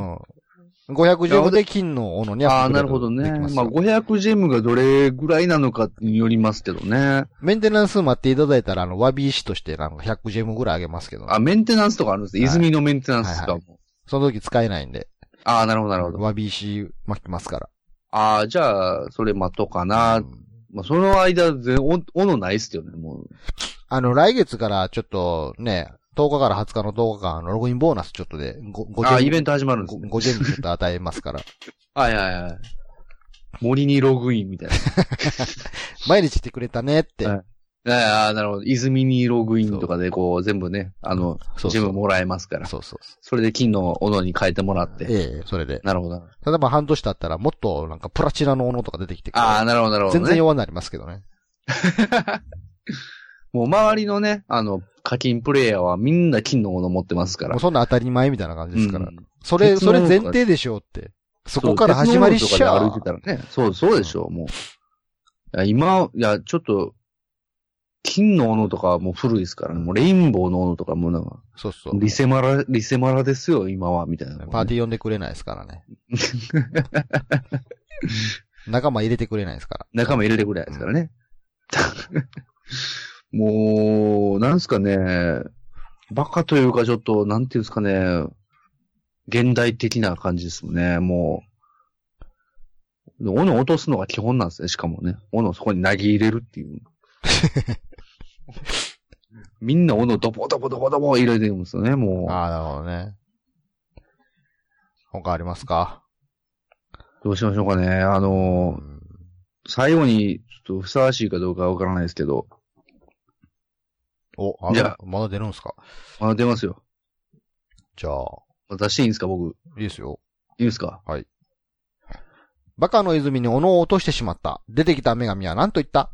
A: ん。500ジェムで金の斧に
B: あ
A: ア
B: あ、
A: ップグレー
B: なるほど
A: ドで
B: ね。
A: きますよ。
B: まあ、500ジェムがどれぐらいなのかによりますけどね。
A: メンテナンス待っていただいたら、あの、わび石として、あの、100ジェムぐらいあげますけど、
B: あ、メンテナンスとかあるんですね。
A: はい
B: 泉のメンテナンスですか、
A: はいその時使えないんで、
B: ああ、なるほど、なるほど。
A: わび石巻きますから。
B: ああ、じゃあ、それ待とうかな
A: う。ん
B: まあ、その間、全、お、斧ないっすよね、もう。
A: あの、来月からちょっとね、10日から20日の10日間、あのログインボーナスちょっとで、ごご
B: ああ、イベ
A: ン
B: ント始まるんです
A: ト
B: ね。
A: ごジェムちょっと与えます から。
B: はいはいはい。森にログインみたいな。
A: 毎日してくれたねって。
B: はいああ、なるほど。泉にログインとかで、こう、全部ね、あの、
A: そう
B: ジ
A: そ
B: ェ
A: う
B: ムもらえますから。
A: そうそうそ
B: それで金の斧に変えてもらっ
A: う。
B: て。
A: ええ、それで。
B: なるほど。
A: ただまあ半年経ったらもっとなんかプラチナの斧とか出てきてくる
B: ああ、なるほど、なるほど、ね。
A: 全然弱になりますけどね。
B: もう周りのね、あの、課金プレイヤーはみんな金のもの持ってますから。
A: もうそんな当たり前みたいな感じですから。
B: うん
A: それ、
B: 鉄
A: そ
B: の
A: れ
B: 斧
A: 前提でしょうって。そこから始まりっし
B: そう鉄の
A: ゃ
B: 斧とかで歩いてたらね。そう、そうでしょう、もう。いや、今、いや、ちょっと、金の斧とかはもう古いですからね。もうレインボーの斧とかもうなんか、
A: そうそう。
B: リセマラ、リセマラですよ、今は、みたいな、
A: パーティー呼んでくれないですから ね。仲間入れてくれないですから。
B: 仲間入れてくれないですからね。もう、なんすかね、バカというかちょっと、なんていうんですかね、現代的な感じですもんね、もう。斧落とすのが基本なんですね、しかもね。斧をそこに投げ入れるって いう。みんな斧ドボドボドボドボ入れてるんですよね、も
A: ああ、なるほどね。他ありますか
B: う。どうしましょうかね。あ
A: う
B: の、
A: ん
B: 最後に、ちょっとふさわしいかどうかわからないですけど、
A: お、あ
B: じゃあ
A: れまだ出るんですか
B: あ、出ますよ。
A: じゃあ、
B: 私いいんですか、僕。
A: いいですよ。
B: いいですか
A: バカの泉に斧を落としてしまった。出てきた女神は何と言った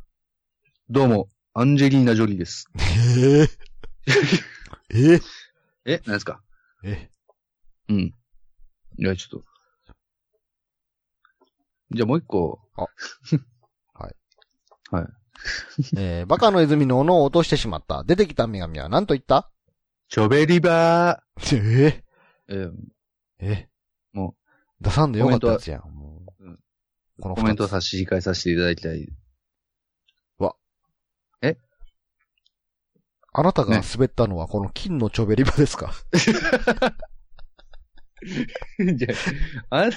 B: どうも、アンジェリーナ・ジョリーです。
A: ええ。え
B: え、何ですか
A: え。
B: うん。いや、ちょっと。じゃあもう一個。
A: えーバカの泉に斧を落としてしまった。出てきた女神は何と言った
B: チョベリバ
A: ええ。
B: ー。えー
A: え
B: も
A: う。出さんでよかったやつやん。もう
B: うん
A: この
B: コメントを
A: さ
B: 差し控えさせていただきたい。
A: あなたが
B: ね
A: 滑ったのはこの金のチョベリバです か
B: じゃあ、あ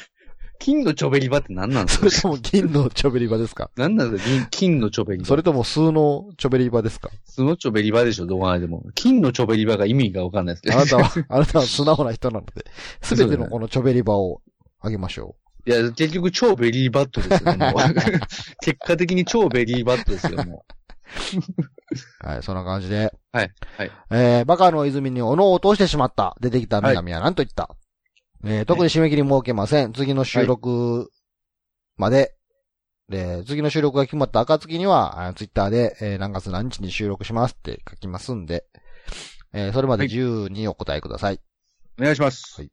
B: 金のチョベリバって何なんです
A: それ
B: か
A: とも銀のチョベリバですか
B: 何なんですか銀金のチョベリバ。
A: それとも数のチョベリバですか
B: そのチョベリバでしょ、どう考えても。金のチョベリバが意味がわかんないで
A: あ
B: す
A: な
B: ね。
A: た は、あなたは素直な人なので、すべてのこのチョベリバをあげましょ
B: いや、 結局超ベリーバットですよ、もう結果的に超ベリーバットですよ、もう。
A: はい、そんな感じで。
B: はいはい
A: えー、バカの泉に斧を落としてしまった。出てきた女神は何と言った、えー、特に締め切り設けません。次の収録まで、えー、次の収録が決まった暁には、あツイッター Twitter で、えー何月何日に収録しますって書きますんで、えー、それまで自由にお答えください。
B: お願いします。
A: はい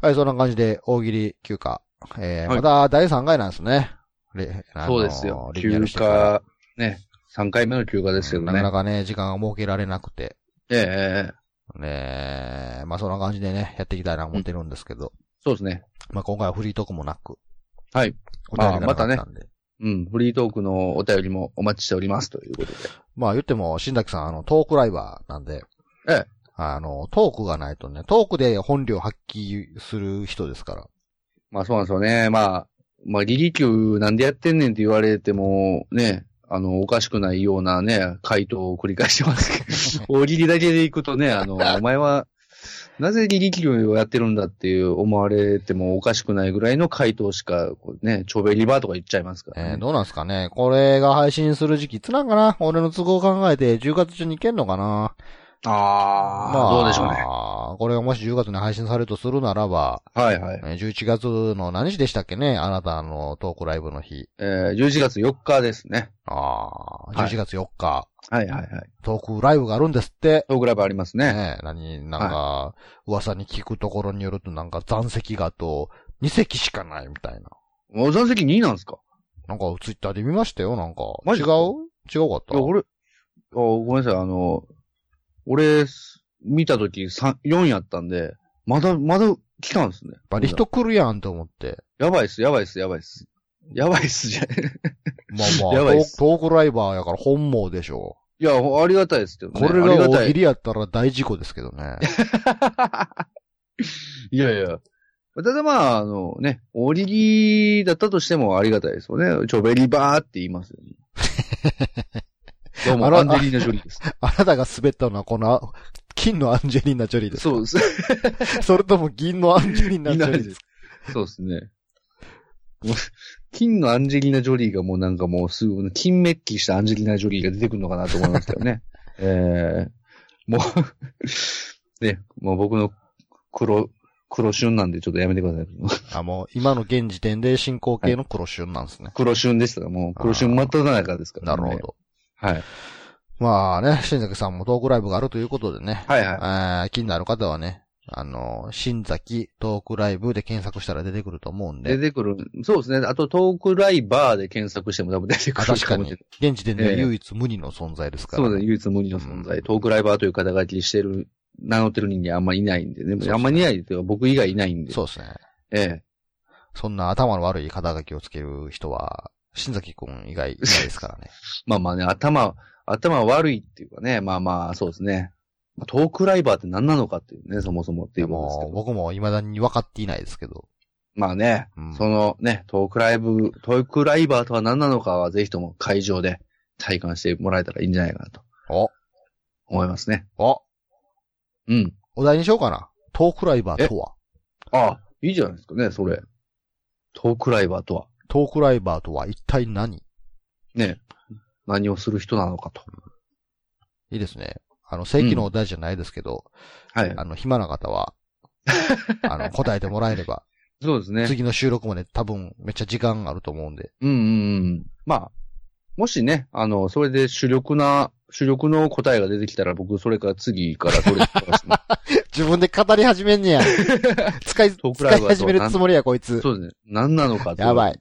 A: はい、そんな感じで、大喜利休暇。えー
B: はい
A: また第3回なんですね。れ
B: そうですよ。
A: リニューア
B: 休
A: ルしてから
B: 暇、ね、3回目の休暇ですけど
A: なか
B: ね
A: な。かね、時間が設けられなくて。
B: ええええ
A: ねえ、まあそんな感じでね、やっていきたいな思ってるんですけど。
B: そうですね。
A: まあ今回はフリートークもなく。
B: はい。
A: お便りがなかったんで。
B: うん、フリートークのお便りもお待ちしておりますということで。
A: まあ言っても、新崎さん、あの、トークライバーなんで。
B: ええ
A: あの、トークがないとね、トークで本領発揮する人ですから。
B: まあそうなんですよね。まあ、まあ、リリキューなんでやってんねんって言われても、ね、あの、おかしくないようなね、回答を繰り返し てますけど、大喜利だけでいくとね、あの、お前は、なぜリリキューをやってるんだっていう思われてもおかしくないぐらいの回答しか、こうね、ちょべりバーとか言っちゃいますか
A: え
B: ら、
A: ー
B: ね。
A: どうなんすかねこれが配信する時期、いつなんかな俺の都合考えて10月中に行けんのかな
B: ああ、どうでしょうね。
A: これがもし10月に配信されるとするならば、
B: はいはい。
A: えー11月の何日でしたっけねあなたのトークライブの日。
B: えー、11月4日ですね。
A: ああ、
B: はい
A: 11月4日、
B: はいはいはい。
A: トークライブがあるんですって。
B: トークライブありますね。
A: ねえ、何、なんか、噂に聞くところによるとなんか残席があと2席しかないみたいな。
B: お座席2位なんですか
A: なんかツイッターで見ましたよ、なんか。
B: マ
A: 違
B: ジ
A: う
B: か
A: 違うかっ
B: い
A: た
B: や、俺、あごめんなさい、あの、俺、見たとき4やったんで、まだ、まだ来たんですね。
A: やっぱり人来るやんと思って。
B: やばいっす、やばいっす、やばいっす。やばいっすじゃ、い
A: まあま
B: や
A: あ
B: ばい
A: トー
B: っす
A: トークライバーやから本望でしょ
B: や、ほありがたいですけど
A: う。
B: ね。
A: これ
B: あり
A: が
B: がた
A: 大喜
B: い。
A: 利やったら大事故ですけど ね。
B: いやいや。ただまあ、あのね、おりりだったとしてもありがたいですよね。ちょべりばーって言いますよ ね。どう
A: あ
B: も、
A: ら
B: アンジェリーナ・ジョリ ーです。
A: あなたが滑ったのはこの金のアンジェリーナ・ジョリーです。
B: そうです。
A: それとも銀のアンジェリーナ・ジョリーですか
B: そうですね。もう金のアンジェリーナ・ジョリーがもうなんかもうすぐ、金メッキしたアンジェリーナ・ジョリーが出てくるのかなと思いますけどね。えー、もう、 ね、もう僕の黒、黒旬なんでちょっとやめてください。
A: あ、もう、今の現時点で進行形の黒旬なんですね。
B: 黒旬でしたから、もう黒旬真っ只中ですから、
A: な
B: ね。
A: るほ。ど。
B: はい。
A: まあね、新崎さんもトークライブがあるということでね。
B: はいはい。
A: えー気になる方はね、あの、新崎トークライブで検索したら出てくると思うん
B: 出
A: で。
B: てくる。そうですね。あとトークライバーで検索しても多分出てく
A: あ
B: る
A: 確
B: と
A: か
B: 思う
A: に
B: けど。、
A: 現時点
B: え
A: で
B: え
A: 唯一無二の存在ですから、
B: そうだね、唯一無二の存在。
A: うん
B: トークライバーという肩書きしてる、名乗ってる人間あんまいないんでね。
A: うそう
B: あんまりいないというか、僕以外いないんで。
A: そうですね。
B: ええ。
A: そんな頭の悪い肩書きをつける人は、新崎くん以外いないです からね。
B: まあまあね、頭、頭悪いっていうかね、まあまあ、そうですね。まあトークライバーって何なのかっていうね、そもそもって
A: い
B: い
A: や
B: うことですけ
A: もう、
B: ど。
A: 僕も未だに分かっていないですけど。
B: まあね、
A: うん
B: そのね、トークライブ、トークライバーとは何なのかはぜひとも会場で体感してもらえたらいいんじゃないかなと
A: お、
B: 思いますね。
A: お、
B: うん。
A: お題にしようかな。トークライバーとは
B: ああ、いいじゃないですかね、それ。トークライバーとは
A: トークライバーとは一体何
B: ね、何をする人なのかと。
A: いいですね。あの、正規のお題じゃないですけど、
B: はい。
A: あの、暇な方 は、あの、答えてもらえれば、
B: そうですね。
A: 次の収録まで多分めっちゃ時間あると思うんで、
B: うんうんうん。まあ、もしね、あの、それで主力な、主力の答えが出てきたら僕、それから次から取れてますね。
A: 自分で語り始めん ねや。使い、
B: トーク
A: 使
B: ラ
A: い
B: イブはどう
A: 始めるつもりや、こいつ。
B: そうですね。何なのかと
A: やばい。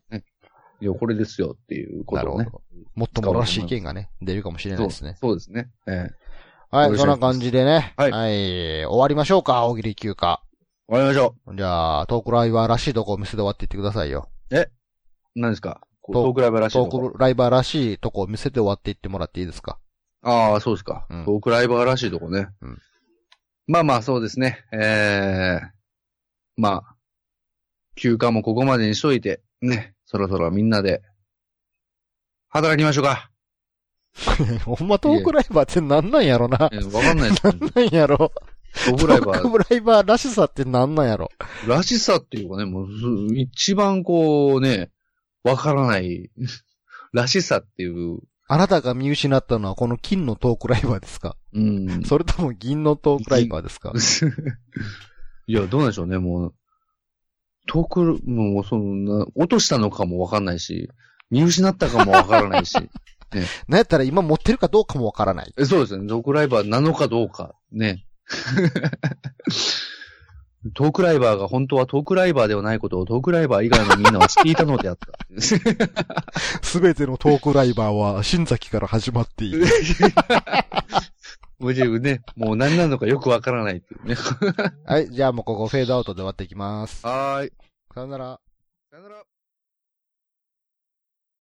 B: いや、これですよっていうこ
A: なる
B: とを
A: ほ
B: ね。
A: ど。もっともらしい意見がね、出るかもしれない
B: そう
A: ですね。
B: そうですね。ええ。
A: は
B: お願
A: い、
B: い
A: そ
B: し
A: ん
B: ま
A: な感
B: す
A: じでね。は
B: はい
A: い。終わりましょうか、大喜利休暇。
B: 終わりましょ
A: じゃあ、トークライバーらしいとこを見せて終わっていってくださいよ。
B: う。何ですかこう
A: トー
B: トークライブらしい
A: ト
B: と
A: ー
B: こ。
A: クライバーらしいとこを見せて終わっていってもらっていいですか
B: ああ、そうですか、
A: うん
B: トークライバーらしいとこね。
A: うん
B: まあまあ、そうですね。ええまあ、休暇もここまでにしといて、ね、そろそろみんなで、働きましょうか。
A: ほんまトークライバーってなんなんやろな。
B: えわかんないです。
A: なんやろ。
B: ドブライバー
A: ドブライバーらしさってなんなんやろ。
B: らしさっていうかね、もうす、一番こうね、わからない、らしさっていう、
A: あなたが見失ったのはこの金のトークライバーですか
B: うん。
A: それとも銀のトークライバーですか
B: いや、どうなんでしょうね、もう。トーク、もう、そんな、落としたのかもわかんないし、見失ったかもわからないし。
A: なんやったら今持ってるかどうかもわからない。
B: えそうですね、トークライバーなのかどうか、ね。 トークライバーが本当はトークライバーではないことをトークライバー以外のみんなは聞いたのであった。
A: すべてのトークライバーは新崎から始まってい る。
B: 無事ね、もう何なのかよくわからないっていうね。
A: はい、じゃあもうここフェードアウトで終わっていきます。
B: はーい。
A: さよなら。
B: さよなら。